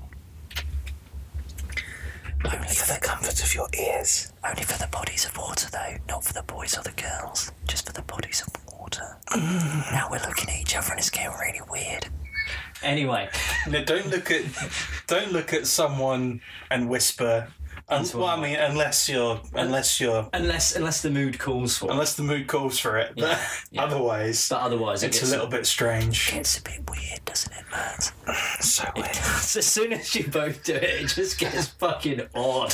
Speaker 1: Only for the comfort of your ears. Only for the bodies of water, though, not for the boys or the girls. Just for the bodies of water. now we're looking at each other and it's getting really weird. Anyway,
Speaker 2: No, don't look at, don't look at someone and whisper. Un-
Speaker 1: Into a
Speaker 2: well, I mean, unless you're, unless you're,
Speaker 1: unless unless the mood calls for it,
Speaker 2: unless the mood calls for it. But
Speaker 1: yeah.
Speaker 2: otherwise,
Speaker 1: but otherwise it
Speaker 2: it's a
Speaker 1: gets
Speaker 2: little bit strange.
Speaker 1: It's a bit weird, doesn't it, Matt?
Speaker 2: So weird.
Speaker 1: So as soon as you both do it, it just gets fucking odd.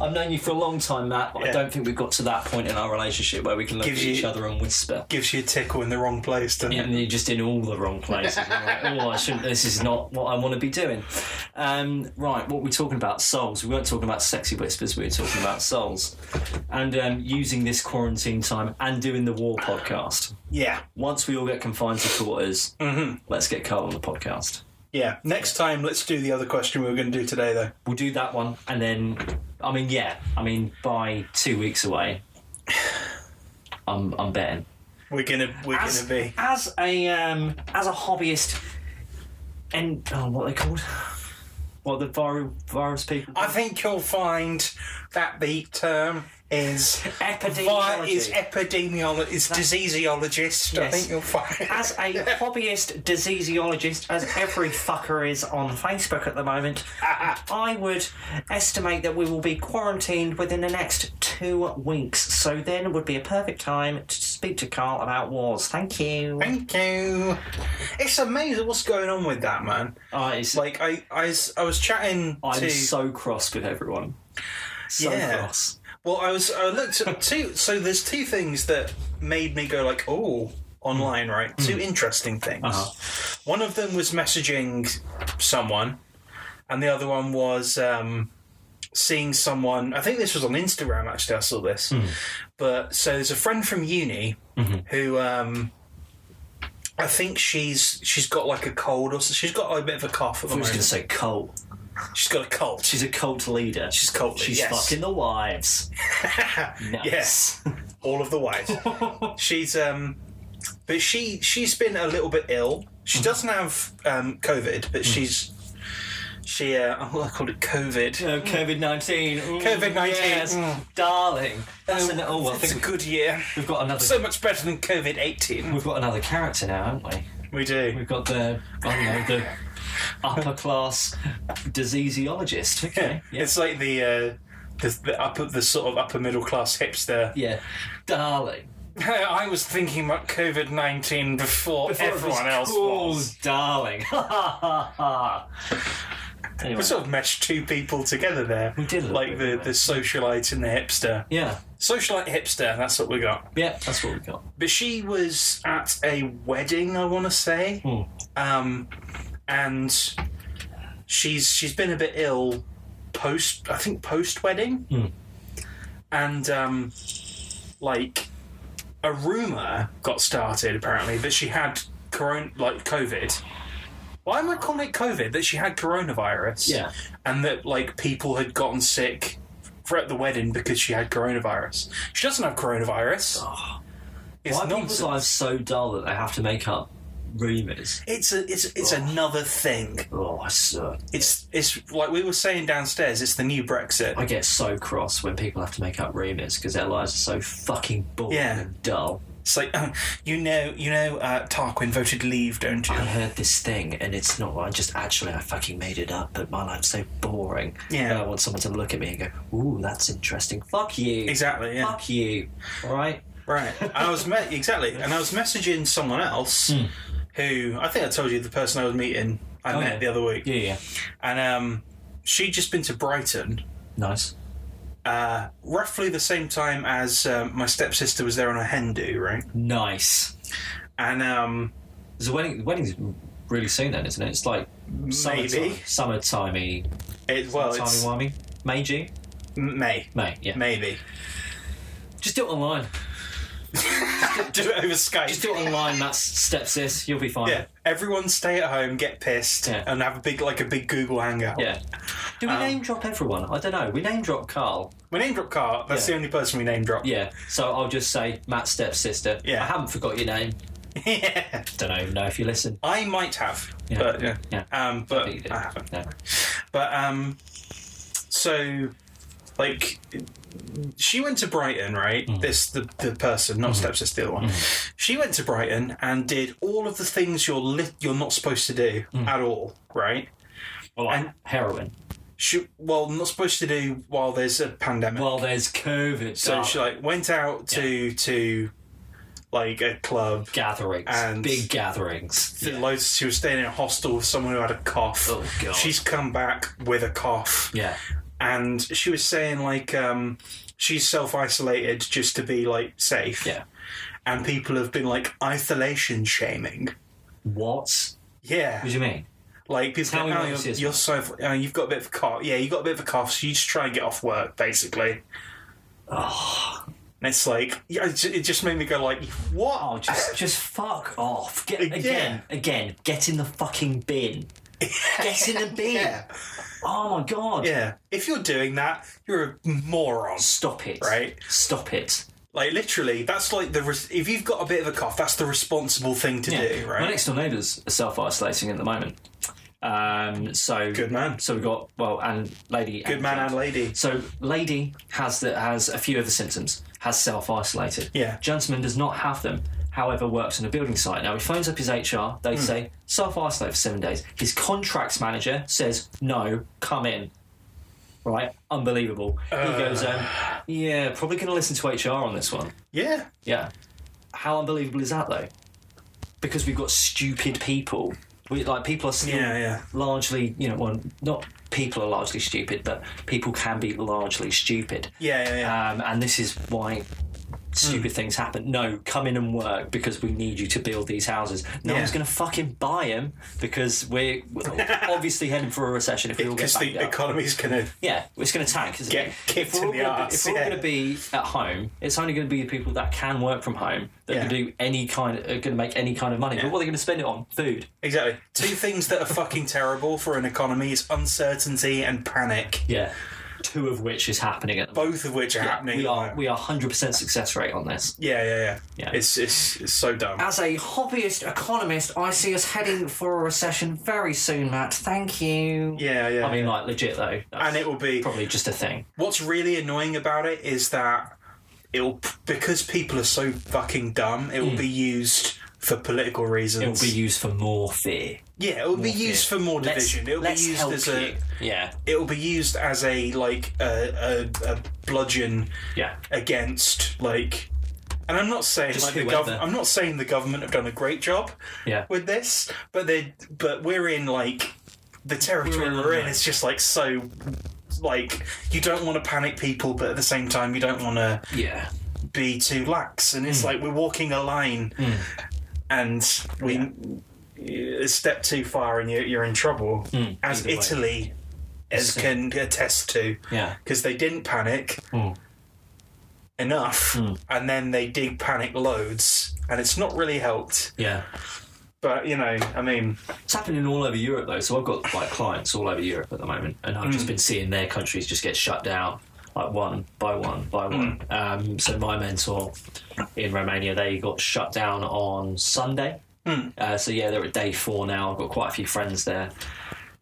Speaker 1: I've known you for a long time, Matt, but I
Speaker 2: Yeah.
Speaker 1: don't think we've got to that point in our relationship where we can look
Speaker 2: Gives
Speaker 1: at each
Speaker 2: you-
Speaker 1: other and whisper.
Speaker 2: Gives you a tickle in the wrong place, doesn't
Speaker 1: And
Speaker 2: it?
Speaker 1: you're just in all the wrong places. You're like, oh, I shouldn't. This is not what I want to be doing. Um, right, what are we talking about? Soul. souls. We weren't talking about sexy whispers. We were talking about souls, and um, using this quarantine time and doing the war podcast.
Speaker 2: Yeah,
Speaker 1: Once we all get confined to quarters, let's get Carl on the podcast.
Speaker 2: yeah. Next time, let's do the other question we were going to do today, though.
Speaker 1: We'll do that one, and then, I mean, yeah, I mean, by two weeks away, I'm I'm betting.
Speaker 2: We're gonna we're
Speaker 1: as,
Speaker 2: gonna be
Speaker 1: as a um, as a hobbyist, and oh, what are they called? What the viral virus people?
Speaker 2: I think you'll find that the term is
Speaker 1: Epidemiology.
Speaker 2: is epidemiologist is diseaseologist. I
Speaker 1: Yes.
Speaker 2: think you'll find.
Speaker 1: as a hobbyist diseaseologist, as every fucker is on Facebook at the moment, I would estimate that we will be quarantined within the next two weeks. So then would be a perfect time to speak to Carl about wars. Thank you.
Speaker 2: Thank you. It's amazing what's going on with that man.
Speaker 1: Oh, it's,
Speaker 2: Like I, I, was- I was chatting
Speaker 1: I'm
Speaker 2: to
Speaker 1: so cross with everyone. So
Speaker 2: Yeah.
Speaker 1: cross.
Speaker 2: Well, I was I looked at two. So there's two things that made me go like, oh, online, right? Two interesting things. One of them was messaging someone, and the other one was um, seeing someone. I think this was on Instagram. Actually, I saw this. But so there's a friend from uni who. Um, I think she's she's got like a cold or so. she's got a bit of a cough at the
Speaker 1: I was going to say
Speaker 2: moment.
Speaker 1: cult.
Speaker 2: She's got a cold.
Speaker 1: She's a cult leader.
Speaker 2: She's cult leader,
Speaker 1: She's
Speaker 2: yes.
Speaker 1: fucking the wives. nice.
Speaker 2: Yes. all of the wives. she's um, but she she's been a little bit ill.
Speaker 1: Mm.
Speaker 2: She doesn't have um COVID, but she's she uh, oh, I called it COVID.
Speaker 1: Oh, COVID nineteen.
Speaker 2: COVID-19,
Speaker 1: Yes,
Speaker 2: mm.
Speaker 1: darling. That's an, oh, I
Speaker 2: It's a
Speaker 1: think
Speaker 2: good year.
Speaker 1: we've got another.
Speaker 2: Um, So much better than COVID eighteen.
Speaker 1: We've got another character now, haven't we?
Speaker 2: We do.
Speaker 1: We've got the I don't know the upper class diseaseologist. Okay. Yeah.
Speaker 2: It's like the. Uh, the, the upper, the sort of upper middle class hipster.
Speaker 1: yeah. Darling.
Speaker 2: I was thinking about COVID nineteen before, everyone else was.
Speaker 1: Oh, darling. anyway,
Speaker 2: We sort of meshed two people together there. We
Speaker 1: did a little
Speaker 2: like
Speaker 1: bit,
Speaker 2: the
Speaker 1: yeah.
Speaker 2: the socialite and the hipster.
Speaker 1: yeah,
Speaker 2: Socialite hipster, that's what we got.
Speaker 1: yeah, that's what we got.
Speaker 2: But she was at a wedding, I want to say, um, and she's she's been a bit ill post, I think post wedding, and um, like a rumor got started apparently that she had coron like COVID. Why am I calling it COVID? That she had coronavirus,
Speaker 1: Yeah.
Speaker 2: and that like people had gotten sick for at the wedding because she had coronavirus. She doesn't have coronavirus. It's
Speaker 1: Why are
Speaker 2: nonsense.
Speaker 1: people's lives so dull that they have to make up rumours?
Speaker 2: It's a, it's it's another thing.
Speaker 1: Oh, sir.
Speaker 2: It's it's like we were saying downstairs. It's the new Brexit.
Speaker 1: I get so cross when people have to make up rumours because their lives are so fucking boring
Speaker 2: Yeah.
Speaker 1: and dull.
Speaker 2: It's like uh, you know you know uh, Tarquin voted Leave, don't you?
Speaker 1: I heard this thing and it's not I just actually I fucking made it up, but my life's so boring.
Speaker 2: Yeah.
Speaker 1: And I want someone to look at me and go, Ooh, that's interesting. Fuck you.
Speaker 2: Exactly. Yeah.
Speaker 1: Fuck you. Alright?
Speaker 2: Right. And I was met exactly, and I was messaging someone else
Speaker 1: Hmm.
Speaker 2: who I think I told you the person I was meeting I met
Speaker 1: Oh, yeah.
Speaker 2: the other week,
Speaker 1: Yeah, yeah.
Speaker 2: and um, she'd just been to Brighton.
Speaker 1: Nice.
Speaker 2: Uh, roughly the same time as um, my stepsister was there on a hen do, right?
Speaker 1: Nice.
Speaker 2: And um,
Speaker 1: The wedding the wedding's really soon then, isn't it? It's like
Speaker 2: maybe
Speaker 1: summertimey
Speaker 2: it, well, it's
Speaker 1: timey wimey. May June?
Speaker 2: May,
Speaker 1: May, yeah.
Speaker 2: maybe.
Speaker 1: Just do it online.
Speaker 2: do it over Skype.
Speaker 1: Just do it online, that's step sis, you'll be fine.
Speaker 2: yeah. Everyone stay at home, get pissed,
Speaker 1: Yeah.
Speaker 2: and have a big like a big Google Hangout.
Speaker 1: Yeah. Do
Speaker 2: Um,
Speaker 1: we name drop everyone? I don't know. We name drop Carl.
Speaker 2: We name drop Carl. That's
Speaker 1: Yeah.
Speaker 2: the only person we name drop.
Speaker 1: Yeah. So I'll just say Matt's stepsister.
Speaker 2: Yeah.
Speaker 1: I haven't forgot your name.
Speaker 2: Yeah.
Speaker 1: Don't even know if you listen.
Speaker 2: I might have, but yeah.
Speaker 1: Yeah.
Speaker 2: Um, but
Speaker 1: But you didn't.
Speaker 2: I haven't.
Speaker 1: No.
Speaker 2: But um, so like she went to Brighton, right? This the the person, not stepsister, the other one. She went to Brighton and did all of the things you're li- you're not supposed to do at all, right?
Speaker 1: Well, like
Speaker 2: And-
Speaker 1: heroin.
Speaker 2: She well not supposed to do while there's a pandemic.
Speaker 1: Well, there's COVID.
Speaker 2: so
Speaker 1: darling.
Speaker 2: she like went out to to like a club.
Speaker 1: gatherings,
Speaker 2: And-
Speaker 1: big gatherings.
Speaker 2: that Loads. She was staying in a hostel with someone who had a cough.
Speaker 1: Oh, God.
Speaker 2: She's come back with a cough.
Speaker 1: Yeah.
Speaker 2: and she was saying like um, she's self isolated just to be like safe.
Speaker 1: Yeah.
Speaker 2: And people have been like isolation shaming.
Speaker 1: What? What
Speaker 2: Yeah.
Speaker 1: do you mean?
Speaker 2: Like people,
Speaker 1: how
Speaker 2: go,
Speaker 1: we
Speaker 2: oh,
Speaker 1: make
Speaker 2: you're,
Speaker 1: this
Speaker 2: you're so fl- oh, you've got a bit of a cough. Yeah, you got a bit of a cough, so you just try and get off work, basically. And it's like, yeah, it ju- it just made me go like, what?
Speaker 1: Oh, just just fuck off. Get
Speaker 2: Yeah.
Speaker 1: again, again. Get in the fucking bin. Get in the bin.
Speaker 2: yeah,
Speaker 1: Oh my god.
Speaker 2: yeah. If you're doing that, you're a moron.
Speaker 1: Stop it.
Speaker 2: Right.
Speaker 1: Stop it.
Speaker 2: Like literally, that's like the res- if you've got a bit of a cough, that's the responsible thing to do,
Speaker 1: My
Speaker 2: right?
Speaker 1: next door neighbours are self isolating at the moment. Um, so
Speaker 2: Good man.
Speaker 1: So we've got well and lady.
Speaker 2: Good man and lady.
Speaker 1: So lady has the has a few of the symptoms. Has self isolated.
Speaker 2: Yeah.
Speaker 1: Gentleman does not have them. However, works on a building site. Now he phones up his HR. They
Speaker 2: Hmm.
Speaker 1: say self isolate for seven days. His contracts manager says no, come in. Right, unbelievable. he goes, um, yeah, probably going to listen to HR on this one.
Speaker 2: Yeah,
Speaker 1: Yeah. How unbelievable is that though? Because we've got stupid people. We like people are still
Speaker 2: Yeah, yeah.
Speaker 1: largely, you know, well, not people are largely stupid, but people can be largely stupid.
Speaker 2: yeah, yeah. yeah. Hmm.
Speaker 1: Um, and this is why stupid things happen. No, come in and work because we need you to build these houses. No
Speaker 2: Yeah.
Speaker 1: one's going to fucking buy them because we're obviously heading for a recession if we all get
Speaker 2: Because
Speaker 1: back
Speaker 2: the economy's gonna
Speaker 1: yeah, it's going to tank. Isn't
Speaker 2: Get
Speaker 1: it? if
Speaker 2: kicked
Speaker 1: we're
Speaker 2: in
Speaker 1: all
Speaker 2: the
Speaker 1: gonna be- If
Speaker 2: arse,
Speaker 1: we're
Speaker 2: yeah.
Speaker 1: all going to be at home, it's only going to be the people that can work from home that
Speaker 2: Yeah.
Speaker 1: can do any kind, are going to make any kind of money. But what are they going to spend it on? Food.
Speaker 2: Exactly. Two things that are fucking terrible for an economy is uncertainty and panic,
Speaker 1: Yeah, two of which is happening at the moment.
Speaker 2: both of which are happening.
Speaker 1: We
Speaker 2: at the
Speaker 1: are
Speaker 2: moment.
Speaker 1: we are hundred percent success rate on this.
Speaker 2: yeah, yeah, yeah.
Speaker 1: Yeah.
Speaker 2: It's, it's it's so dumb.
Speaker 1: As a hobbyist economist, I see us heading for a recession very soon, Matt. Thank you.
Speaker 2: Yeah, yeah.
Speaker 1: I mean, like legit though. That's
Speaker 2: and it will be.
Speaker 1: probably just a thing.
Speaker 2: What's really annoying about it is that it'll because people are so fucking dumb. It will be used for political reasons.
Speaker 1: It will Hmm. be used for more fear.
Speaker 2: yeah, it will be used for more
Speaker 1: Let's-
Speaker 2: division. It will be
Speaker 1: let's
Speaker 2: used
Speaker 1: help
Speaker 2: as
Speaker 1: you.
Speaker 2: a.
Speaker 1: yeah,
Speaker 2: It will be used as a like a, a, a bludgeon
Speaker 1: yeah.
Speaker 2: against like and I'm not saying
Speaker 1: Just
Speaker 2: like the
Speaker 1: whoever.
Speaker 2: gov- I'm not saying the government have done a great job
Speaker 1: Yeah.
Speaker 2: with this, but they but we're in like the territory
Speaker 1: in
Speaker 2: we're,
Speaker 1: the
Speaker 2: in
Speaker 1: mix.
Speaker 2: is just like so like you don't want to panic people but at the same time you don't want to
Speaker 1: Yeah.
Speaker 2: be too lax and
Speaker 1: Hmm.
Speaker 2: it's like we're walking a line and we a step too far and you're, you're in trouble as
Speaker 1: Hmm. either way.
Speaker 2: Italy as can attest to
Speaker 1: Yeah. Hmm.
Speaker 2: because they didn't panic enough, and then they did panic loads, and it's not really helped.
Speaker 1: Yeah.
Speaker 2: But you know, I mean,
Speaker 1: It's happening all over Europe though, so I've got like clients all over Europe at the moment, and I've just been seeing their countries just get shut down, like one by one by one. Um, so my mentor in Romania, they got shut down on Sunday. Uh, so yeah, they're at day four now. I've got quite a few friends there,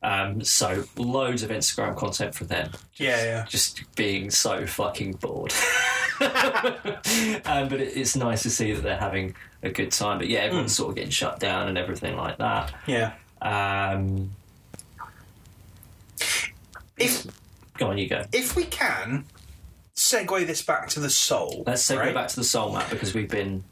Speaker 1: um, so loads of Instagram content from them
Speaker 2: yeah, yeah,
Speaker 1: just being so fucking bored. um, but it, it's nice to see that they're having a good time. But yeah, everyone's sort of getting shut down and everything like that.
Speaker 2: yeah.
Speaker 1: Um,
Speaker 2: If
Speaker 1: go on, you go.
Speaker 2: if we can segue this back to the soul,
Speaker 1: Let's segue
Speaker 2: right?
Speaker 1: back to the soul map because we've been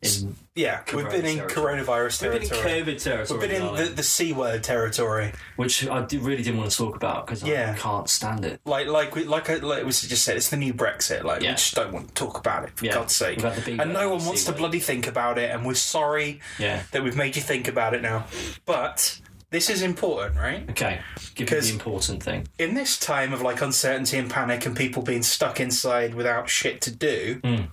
Speaker 1: in
Speaker 2: Yeah, we've been in
Speaker 1: territory.
Speaker 2: coronavirus
Speaker 1: we've been in
Speaker 2: territory.
Speaker 1: COVID territory,
Speaker 2: We've been in the,
Speaker 1: darling,
Speaker 2: the c word territory.
Speaker 1: which I did- really didn't want to talk about because
Speaker 2: Yeah.
Speaker 1: I can't stand it.
Speaker 2: Like like we like I like we just said, it's the new Brexit. Like we
Speaker 1: Yeah.
Speaker 2: just don't want to talk about it for
Speaker 1: Yeah.
Speaker 2: God's sake.
Speaker 1: We've had the B
Speaker 2: And
Speaker 1: word
Speaker 2: no
Speaker 1: and
Speaker 2: one
Speaker 1: the
Speaker 2: wants
Speaker 1: C
Speaker 2: to
Speaker 1: word.
Speaker 2: bloody think about it, and we're sorry
Speaker 1: Yeah.
Speaker 2: that we've made you think about it now. But this is important, right?
Speaker 1: Okay, give me
Speaker 2: Because-
Speaker 1: the important thing.
Speaker 2: in this time of like uncertainty and panic and people being stuck inside without shit to do,
Speaker 1: Hmm.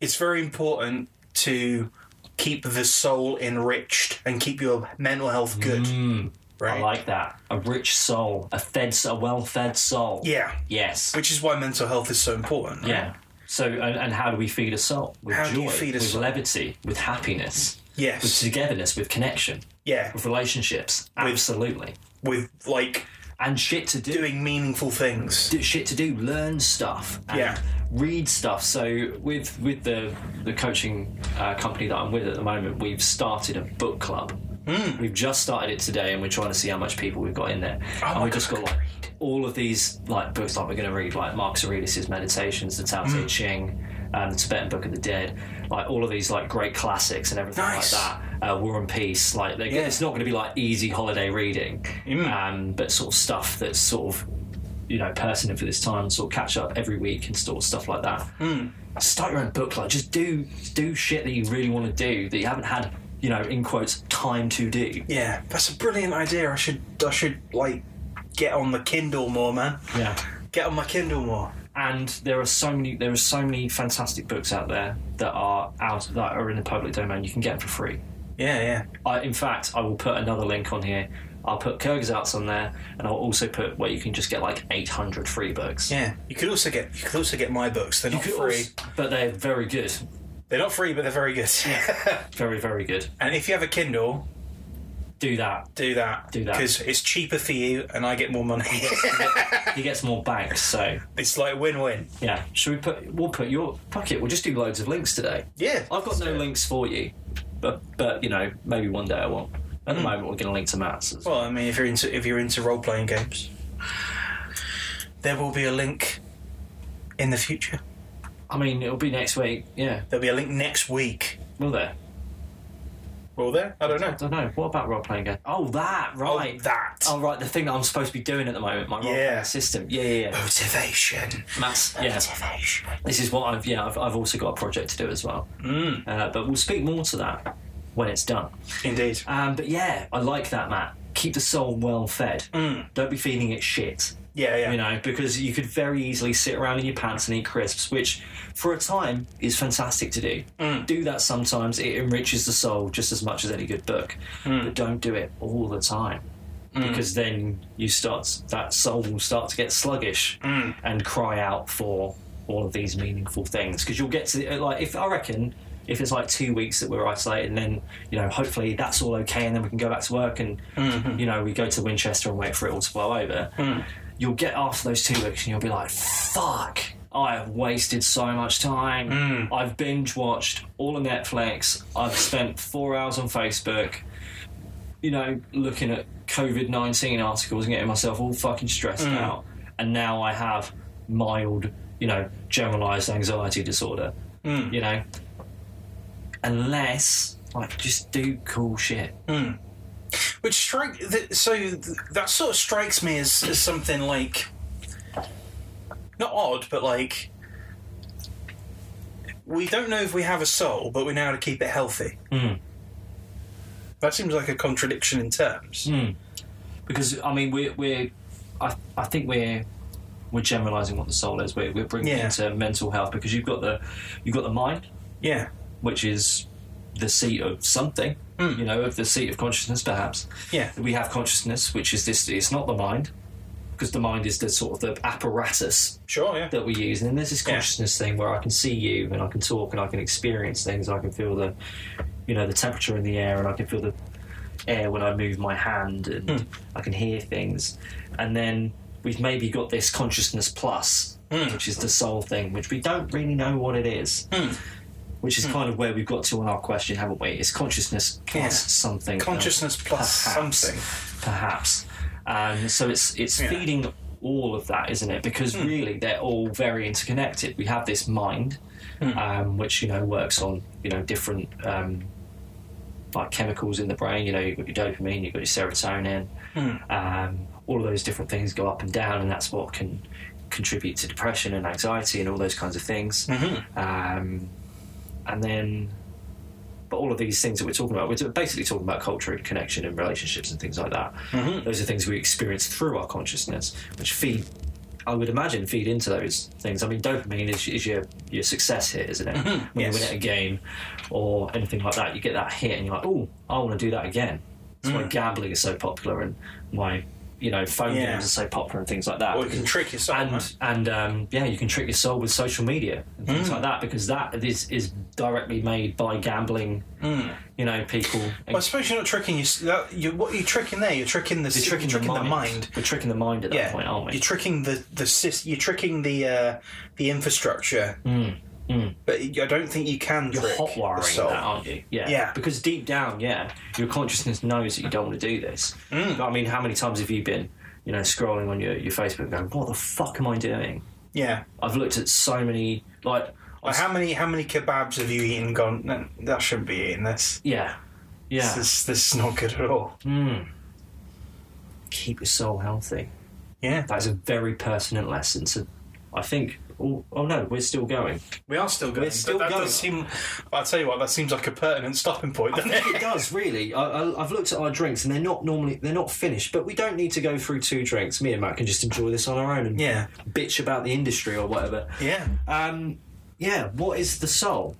Speaker 2: it's very important to keep the soul enriched and keep your mental health good. right?
Speaker 1: Hmm. I like that. A rich soul, a fed, a well-fed soul.
Speaker 2: yeah.
Speaker 1: Yes.
Speaker 2: Which is why mental health is so important. right?
Speaker 1: Yeah. So, and, and how do we feed a soul? With
Speaker 2: How
Speaker 1: joy,
Speaker 2: do you feed a
Speaker 1: with
Speaker 2: soul?
Speaker 1: levity, with happiness, with
Speaker 2: Yes.
Speaker 1: togetherness, with connection,
Speaker 2: Yeah.
Speaker 1: with relationships. Absolutely.
Speaker 2: With like
Speaker 1: And shit to do.
Speaker 2: doing meaningful things.
Speaker 1: do- shit to do. Learn stuff. And
Speaker 2: Yeah.
Speaker 1: Read stuff. So with with the the coaching uh, company that I'm with at the moment, we've started a book club.
Speaker 2: Hmm.
Speaker 1: We've just started it today, and we're trying to see how much people we've got in there.
Speaker 2: Oh
Speaker 1: and we just got like all of these like books like we're going to read, like Marcus Aurelius' Meditations, the Tao
Speaker 2: Hmm.
Speaker 1: Te Ching, um, the Tibetan Book of the Dead, like all of these like great classics and everything
Speaker 2: Nice.
Speaker 1: like that. Uh, War and Peace, like they're, it's not going to be like easy holiday reading, um, but sort of stuff that's sort of you know pertinent for this time. Sort of catch up every week and sort of stuff like that start your own book club. Just do do shit that you really want to do that you haven't had. you- you know, in quotes, time to do.
Speaker 2: Yeah, that's a brilliant idea. I should, I should like get on the Kindle more, man.
Speaker 1: Yeah.
Speaker 2: Get on my Kindle more.
Speaker 1: And there are so many, there are so many fantastic books out there that are out that are in the public domain. You can get them for free.
Speaker 2: Yeah, yeah.
Speaker 1: I, in fact, I will put another link on here. I'll put Kurgazarts on there, and I'll also put where you can just get like 800 free books.
Speaker 2: Yeah, you could also get you could also get my books. They're
Speaker 1: You
Speaker 2: not
Speaker 1: could
Speaker 2: free.
Speaker 1: also- but they're very good.
Speaker 2: They're not free, but they're very good.
Speaker 1: Very, very good.
Speaker 2: and if you have a Kindle,
Speaker 1: Do that.
Speaker 2: do that.
Speaker 1: Do that.
Speaker 2: because it's cheaper for you, and I get more money.
Speaker 1: He gets more banks, so
Speaker 2: it's like win-win.
Speaker 1: yeah. Should we put? We'll put your pocket. We'll just do loads of links today.
Speaker 2: Yeah,
Speaker 1: I've got no links for you, but but you know maybe one day I will. At
Speaker 2: Hmm.
Speaker 1: the moment, we're going to link to Matt's.
Speaker 2: Well, I mean, if you're into if you're into role playing games, there will be a link in the future.
Speaker 1: I mean, it'll be next week. Yeah,
Speaker 2: There'll be a link next week.
Speaker 1: will there?
Speaker 2: Will there? I don't
Speaker 1: I don't know. What about role playing game? Oh, that right.
Speaker 2: Oh, that
Speaker 1: Oh, right. The thing that I'm supposed to be doing at the moment, my role playing
Speaker 2: Yeah.
Speaker 1: system. Yeah, yeah, yeah.
Speaker 2: motivation.
Speaker 1: Matt's. Yeah.
Speaker 2: Motivation.
Speaker 1: This is what I've. Yeah, I've, I've also got a project to do as well. Mm. Uh, but we'll speak more to that when it's done.
Speaker 2: Indeed.
Speaker 1: Um, but yeah, I like that, Matt. Keep the soul well fed. Don't be feeding it shit.
Speaker 2: Yeah, yeah.
Speaker 1: You know, because you could very easily sit around in your pants and eat crisps, which for a time is fantastic to do.
Speaker 2: Mm.
Speaker 1: Do that sometimes. It enriches the soul just as much as any good book.
Speaker 2: Mm.
Speaker 1: But don't do it all the time. Because then you start that soul will start to get sluggish
Speaker 2: Mm.
Speaker 1: and cry out for all of these meaningful things. Because you'll get to the, uh, like if I reckon if it's like two weeks that we're isolated, and then you know hopefully that's all okay, and then we can go back to work, and
Speaker 2: Mm-hmm.
Speaker 1: you know we go to Winchester and wait for it all to blow over.
Speaker 2: Mm.
Speaker 1: You'll get after those two weeks, and you'll be like, "Fuck, I have wasted so much time. I've binge watched all of Netflix. I've spent four hours on Facebook. You know, looking at COVID nineteen articles and getting myself all fucking stressed out, and now I have mild, you know, generalized anxiety disorder. You know, unless like just do cool shit.
Speaker 2: Which strike th- so th- that sort of strikes me as, as something like not odd, but like we don't know if we have a soul, but we know how to keep it healthy.
Speaker 1: Hmm.
Speaker 2: That seems like a contradiction in
Speaker 1: Hmm.
Speaker 2: terms.
Speaker 1: Because I mean, we're we're I, I think we're we're generalising what the soul is. We're, we're bringing
Speaker 2: Yeah.
Speaker 1: it into mental health because you've got the you've got the mind,
Speaker 2: Yeah,
Speaker 1: which is the seat of something. You know, of the seat of consciousness, perhaps.
Speaker 2: yeah,
Speaker 1: We have consciousness, which is this. It's not the mind. Because the mind is the sort of the apparatus
Speaker 2: sure, yeah,
Speaker 1: that we use, and then there's this
Speaker 2: Yeah.
Speaker 1: consciousness thing where I can see you, and I can talk, and I can experience things. I can feel the, you know, the temperature in the air, and I can feel the air when I move my hand, and
Speaker 2: Hmm.
Speaker 1: I can hear things. And then we've maybe got this consciousness plus,
Speaker 2: Hmm.
Speaker 1: which is the soul thing, which we don't really know what it is.
Speaker 2: Hmm.
Speaker 1: Which is kind of where we've got to on our question, haven't we? It's consciousness plus
Speaker 2: Yeah.
Speaker 1: something.
Speaker 2: Consciousness
Speaker 1: else,
Speaker 2: plus
Speaker 1: perhaps
Speaker 2: something.
Speaker 1: perhaps. Um, so it's it's
Speaker 2: Yeah. Hmm.
Speaker 1: feeding all of that, isn't it? Because really, they're all very interconnected. We have this mind,
Speaker 2: Hmm.
Speaker 1: um, which you know works on you know different um, like chemicals in the brain. You know, you've got your dopamine, you've got your serotonin. Um, all of those different things go up and down, and that's what can contribute to depression and anxiety and all those kinds of things. Um, and then but all of these things that we're talking about, we're basically talking about culture and connection and relationships and things like that. Those are things we experience through our consciousness, which feed, I would imagine, feed into those things. I mean, dopamine is, is your your success hit, isn't it? When
Speaker 2: yes.
Speaker 1: you win at a game or anything like that, you get that hit and you're like, oh, I want to do that again. That's
Speaker 2: Mm.
Speaker 1: why gambling is so popular and why you know phone
Speaker 2: Yeah.
Speaker 1: games are so popular and things like that.
Speaker 2: Or you can trick yourself.
Speaker 1: and
Speaker 2: man.
Speaker 1: and um, yeah, you can trick your soul with social media and
Speaker 2: Mm.
Speaker 1: things like that because that is is directly made by gambling. You know, people.
Speaker 2: Mm. Well, I suppose you're not tricking your. That, you, what are you tricking there? You're tricking the. You're
Speaker 1: tricking,
Speaker 2: tricking
Speaker 1: the, mind.
Speaker 2: mind.
Speaker 1: We're tricking the mind at that
Speaker 2: Yeah,
Speaker 1: point, aren't we?
Speaker 2: you're tricking the the sys- you're tricking the uh, the infrastructure. But I don't think you can
Speaker 1: You're
Speaker 2: trick
Speaker 1: hot
Speaker 2: the
Speaker 1: wiring
Speaker 2: soul.
Speaker 1: that, aren't you? Yeah.
Speaker 2: Yeah.
Speaker 1: Because deep down, yeah, your consciousness knows that you don't want to do this.
Speaker 2: Mm.
Speaker 1: But I mean, how many times have you been, you know, scrolling on your, your Facebook going, what the fuck am I doing?
Speaker 2: Yeah.
Speaker 1: I've looked at so many, like, I
Speaker 2: Like how many how many kebabs have you eaten? Gone? No, that shouldn't be eating this.
Speaker 1: yeah. Yeah.
Speaker 2: This this is not good at all.
Speaker 1: Keep your soul healthy.
Speaker 2: Yeah.
Speaker 1: That's a very pertinent lesson to, I think, Oh, oh no, we're still going.
Speaker 2: We are still going. but
Speaker 1: still
Speaker 2: that
Speaker 1: going.
Speaker 2: Does seem, I'll tell you what, that seems like a pertinent stopping point, doesn't
Speaker 1: it
Speaker 2: it?
Speaker 1: does really. I, I, I've looked at our drinks, and they're not normally they're not finished. But we don't need to go through two drinks. Me and Matt can just enjoy this on our own and
Speaker 2: Yeah.
Speaker 1: bitch about the industry or whatever.
Speaker 2: Yeah.
Speaker 1: Um, yeah. What is the soul?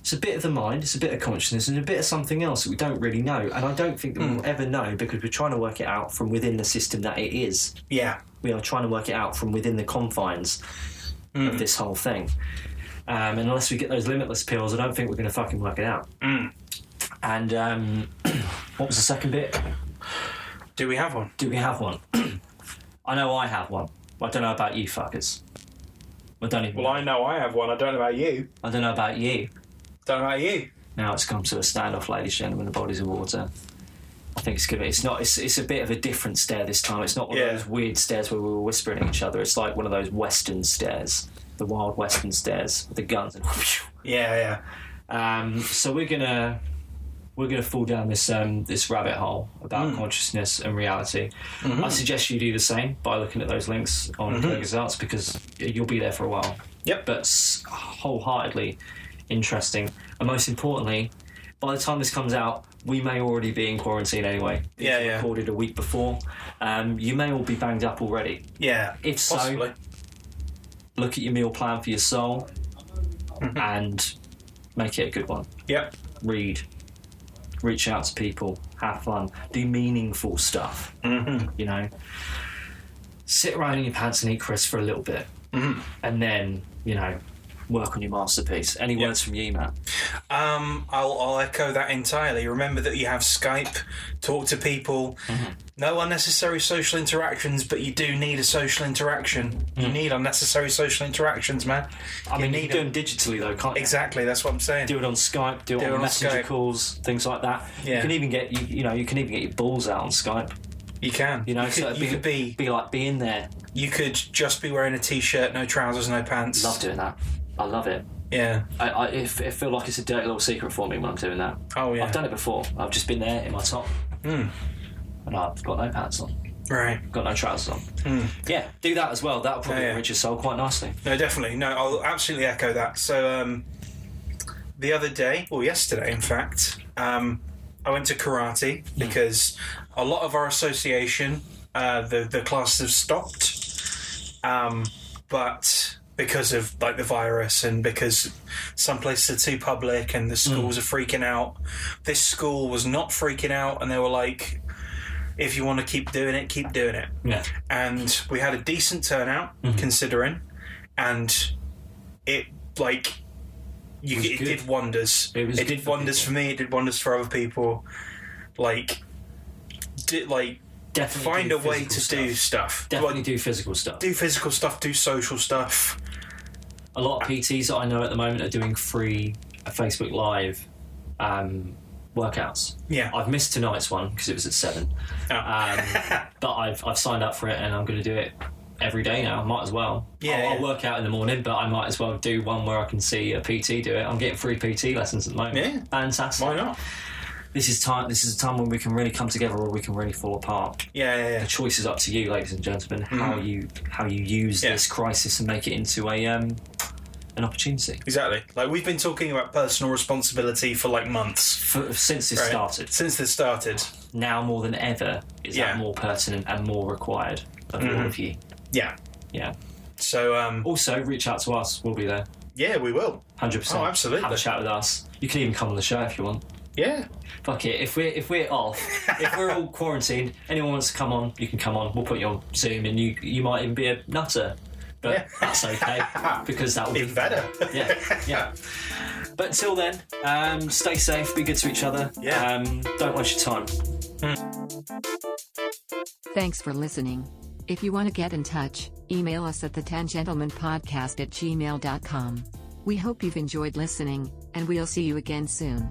Speaker 1: It's a bit of the mind, it's a bit of consciousness, and a bit of something else that we don't really know. And I don't think that
Speaker 2: Hmm.
Speaker 1: we'll ever know because we're trying to work it out from within the system that it is.
Speaker 2: Yeah.
Speaker 1: we are trying to work it out from within the confines
Speaker 2: Hmm.
Speaker 1: of this whole thing. Um, unless we get those limitless pills, I don't think we're going to fucking work it out.
Speaker 2: Hmm.
Speaker 1: And um, what was the second bit?
Speaker 2: Do we have one?
Speaker 1: Do we have one? I know I have one. I don't know about you fuckers. I don't even.
Speaker 2: Well, I know I have one. I don't know about you.
Speaker 1: I don't know about you.
Speaker 2: Don't know about you.
Speaker 1: Now it's come to a standoff, ladies and gentlemen. The bodies of water. I think it's good. It's not. It's, it's a bit of a different stare this time. It's not one
Speaker 2: Yeah.
Speaker 1: of those weird stares where we were whispering at each other. It's like one of those western stares, the wild western stares, with the guns. And
Speaker 2: Yeah, yeah.
Speaker 1: um, so we're gonna we're gonna fall down this um, this rabbit hole
Speaker 2: Hmm.
Speaker 1: about consciousness and reality.
Speaker 2: Mm-hmm.
Speaker 1: I suggest you do the same by looking at those links on mm Arts because you'll be there for a while
Speaker 2: Yep.
Speaker 1: but s- wholeheartedly interesting. And most importantly, by the time this comes out, we may already be in quarantine anyway. These
Speaker 2: Yeah,
Speaker 1: were
Speaker 2: yeah.
Speaker 1: Recorded a week before. Um, you may all be banged up already.
Speaker 2: yeah.
Speaker 1: If so-
Speaker 2: Possibly.
Speaker 1: Look at your meal plan for your soul
Speaker 2: Mm-hmm.
Speaker 1: and make it a good one.
Speaker 2: Yep.
Speaker 1: Read, reach out to people, have fun, do meaningful stuff. You know, sit around in your pants and eat crisps for a little bit, and then you know, work on your masterpiece. Any words from you, Matt?
Speaker 2: Um, I'll, I'll echo that entirely. Remember that you have Skype, talk to people,
Speaker 1: Mm-hmm.
Speaker 2: no unnecessary social interactions, but you do need a social interaction. You
Speaker 1: Mm.
Speaker 2: need unnecessary social interactions, man.
Speaker 1: I mean, you
Speaker 2: need
Speaker 1: can do them digitally though, can't you?
Speaker 2: Exactly, that's what I'm saying.
Speaker 1: Do it on Skype, do it on,
Speaker 2: on
Speaker 1: messenger
Speaker 2: Skype.
Speaker 1: calls, things like that.
Speaker 2: Yeah.
Speaker 1: You can even get you, you know you can even get your balls out on Skype.
Speaker 2: you can.
Speaker 1: You know,
Speaker 2: you
Speaker 1: so
Speaker 2: could,
Speaker 1: it'd
Speaker 2: you could be,
Speaker 1: be like being there.
Speaker 2: you could just be wearing a t-shirt, no trousers, no pants.
Speaker 1: Love doing that. I love it.
Speaker 2: Yeah,
Speaker 1: I, I it, it feel like it's a dirty little secret for me when I'm doing that.
Speaker 2: Oh, yeah.
Speaker 1: I've done it before. I've just been there in my top,
Speaker 2: Hmm.
Speaker 1: and I've got no pants on,
Speaker 2: right.
Speaker 1: got no trousers on. Yeah, do that as well. That'll probably
Speaker 2: Hmm. Yeah, yeah.
Speaker 1: enrich your soul quite nicely.
Speaker 2: No, definitely. No, I'll absolutely echo that. So, um, the other day, or yesterday, in fact, um, I went to karate because a lot of our association, uh, the the classes have stopped, um, but because of like the virus and because some places are too public and the schools are freaking out. This school was not freaking out, and they were like, "If you want to keep doing it, keep doing it."
Speaker 1: Yeah.
Speaker 2: and we had a decent turnout
Speaker 1: Mm-hmm.
Speaker 2: considering, and it like you,
Speaker 1: was
Speaker 2: it,
Speaker 1: good.
Speaker 2: did wonders.
Speaker 1: It was good
Speaker 2: did
Speaker 1: for
Speaker 2: wonders
Speaker 1: people.
Speaker 2: for me. It did wonders for other people. Like, did like
Speaker 1: Definitely
Speaker 2: find
Speaker 1: do
Speaker 2: a way
Speaker 1: physical
Speaker 2: to
Speaker 1: stuff.
Speaker 2: do stuff.
Speaker 1: Definitely
Speaker 2: Like,
Speaker 1: do physical stuff.
Speaker 2: do physical stuff. Do social stuff.
Speaker 1: a lot of PTs that I know at the moment are doing free uh, Facebook Live um, workouts.
Speaker 2: Yeah.
Speaker 1: I've missed tonight's one because it was at seven,
Speaker 2: Oh.
Speaker 1: um, but I've I've signed up for it and I'm going to do it every day now. Might as well.
Speaker 2: Yeah,
Speaker 1: I'll,
Speaker 2: yeah.
Speaker 1: I'll work out in the morning, but I might as well do one where I can see a PT do it. I'm getting free PT lessons at the moment.
Speaker 2: Yeah.
Speaker 1: Fantastic.
Speaker 2: Why not?
Speaker 1: This is time. This is a time when we can really come together, or we can really fall apart
Speaker 2: Yeah, yeah, yeah.
Speaker 1: the choice is up to you, ladies and gentlemen, how you how you use
Speaker 2: Mm-hmm. Yeah.
Speaker 1: this crisis and make it into a um, an opportunity
Speaker 2: Exactly. Like we've been talking about personal responsibility for like months
Speaker 1: for, since this
Speaker 2: right?
Speaker 1: started.
Speaker 2: Since this started.
Speaker 1: Now more than ever, is
Speaker 2: Yeah. Mm-hmm.
Speaker 1: that more pertinent and more required of all of you?
Speaker 2: Yeah.
Speaker 1: Yeah.
Speaker 2: So um,
Speaker 1: Also, reach out to us. We'll be there,
Speaker 2: yeah, we will.
Speaker 1: hundred percent.
Speaker 2: Oh, absolutely.
Speaker 1: Have a chat with us. You can even come on the show if you want.
Speaker 2: Yeah.
Speaker 1: Fuck it. If we're if we're off, if we're all quarantined, anyone wants to come on, you can come on. We'll put you on Zoom, and you you might even be a nutter, but
Speaker 2: Yeah.
Speaker 1: that's okay because that will be
Speaker 2: Even better.
Speaker 1: yeah, yeah. But until then, um, stay safe, be good to each other.
Speaker 2: Yeah.
Speaker 1: Um, don't waste your time.
Speaker 3: Thanks for listening. If you want to get in touch, email us at the tangentlemanpodcast at gmail.com. We hope you've enjoyed listening, and we'll see you again soon.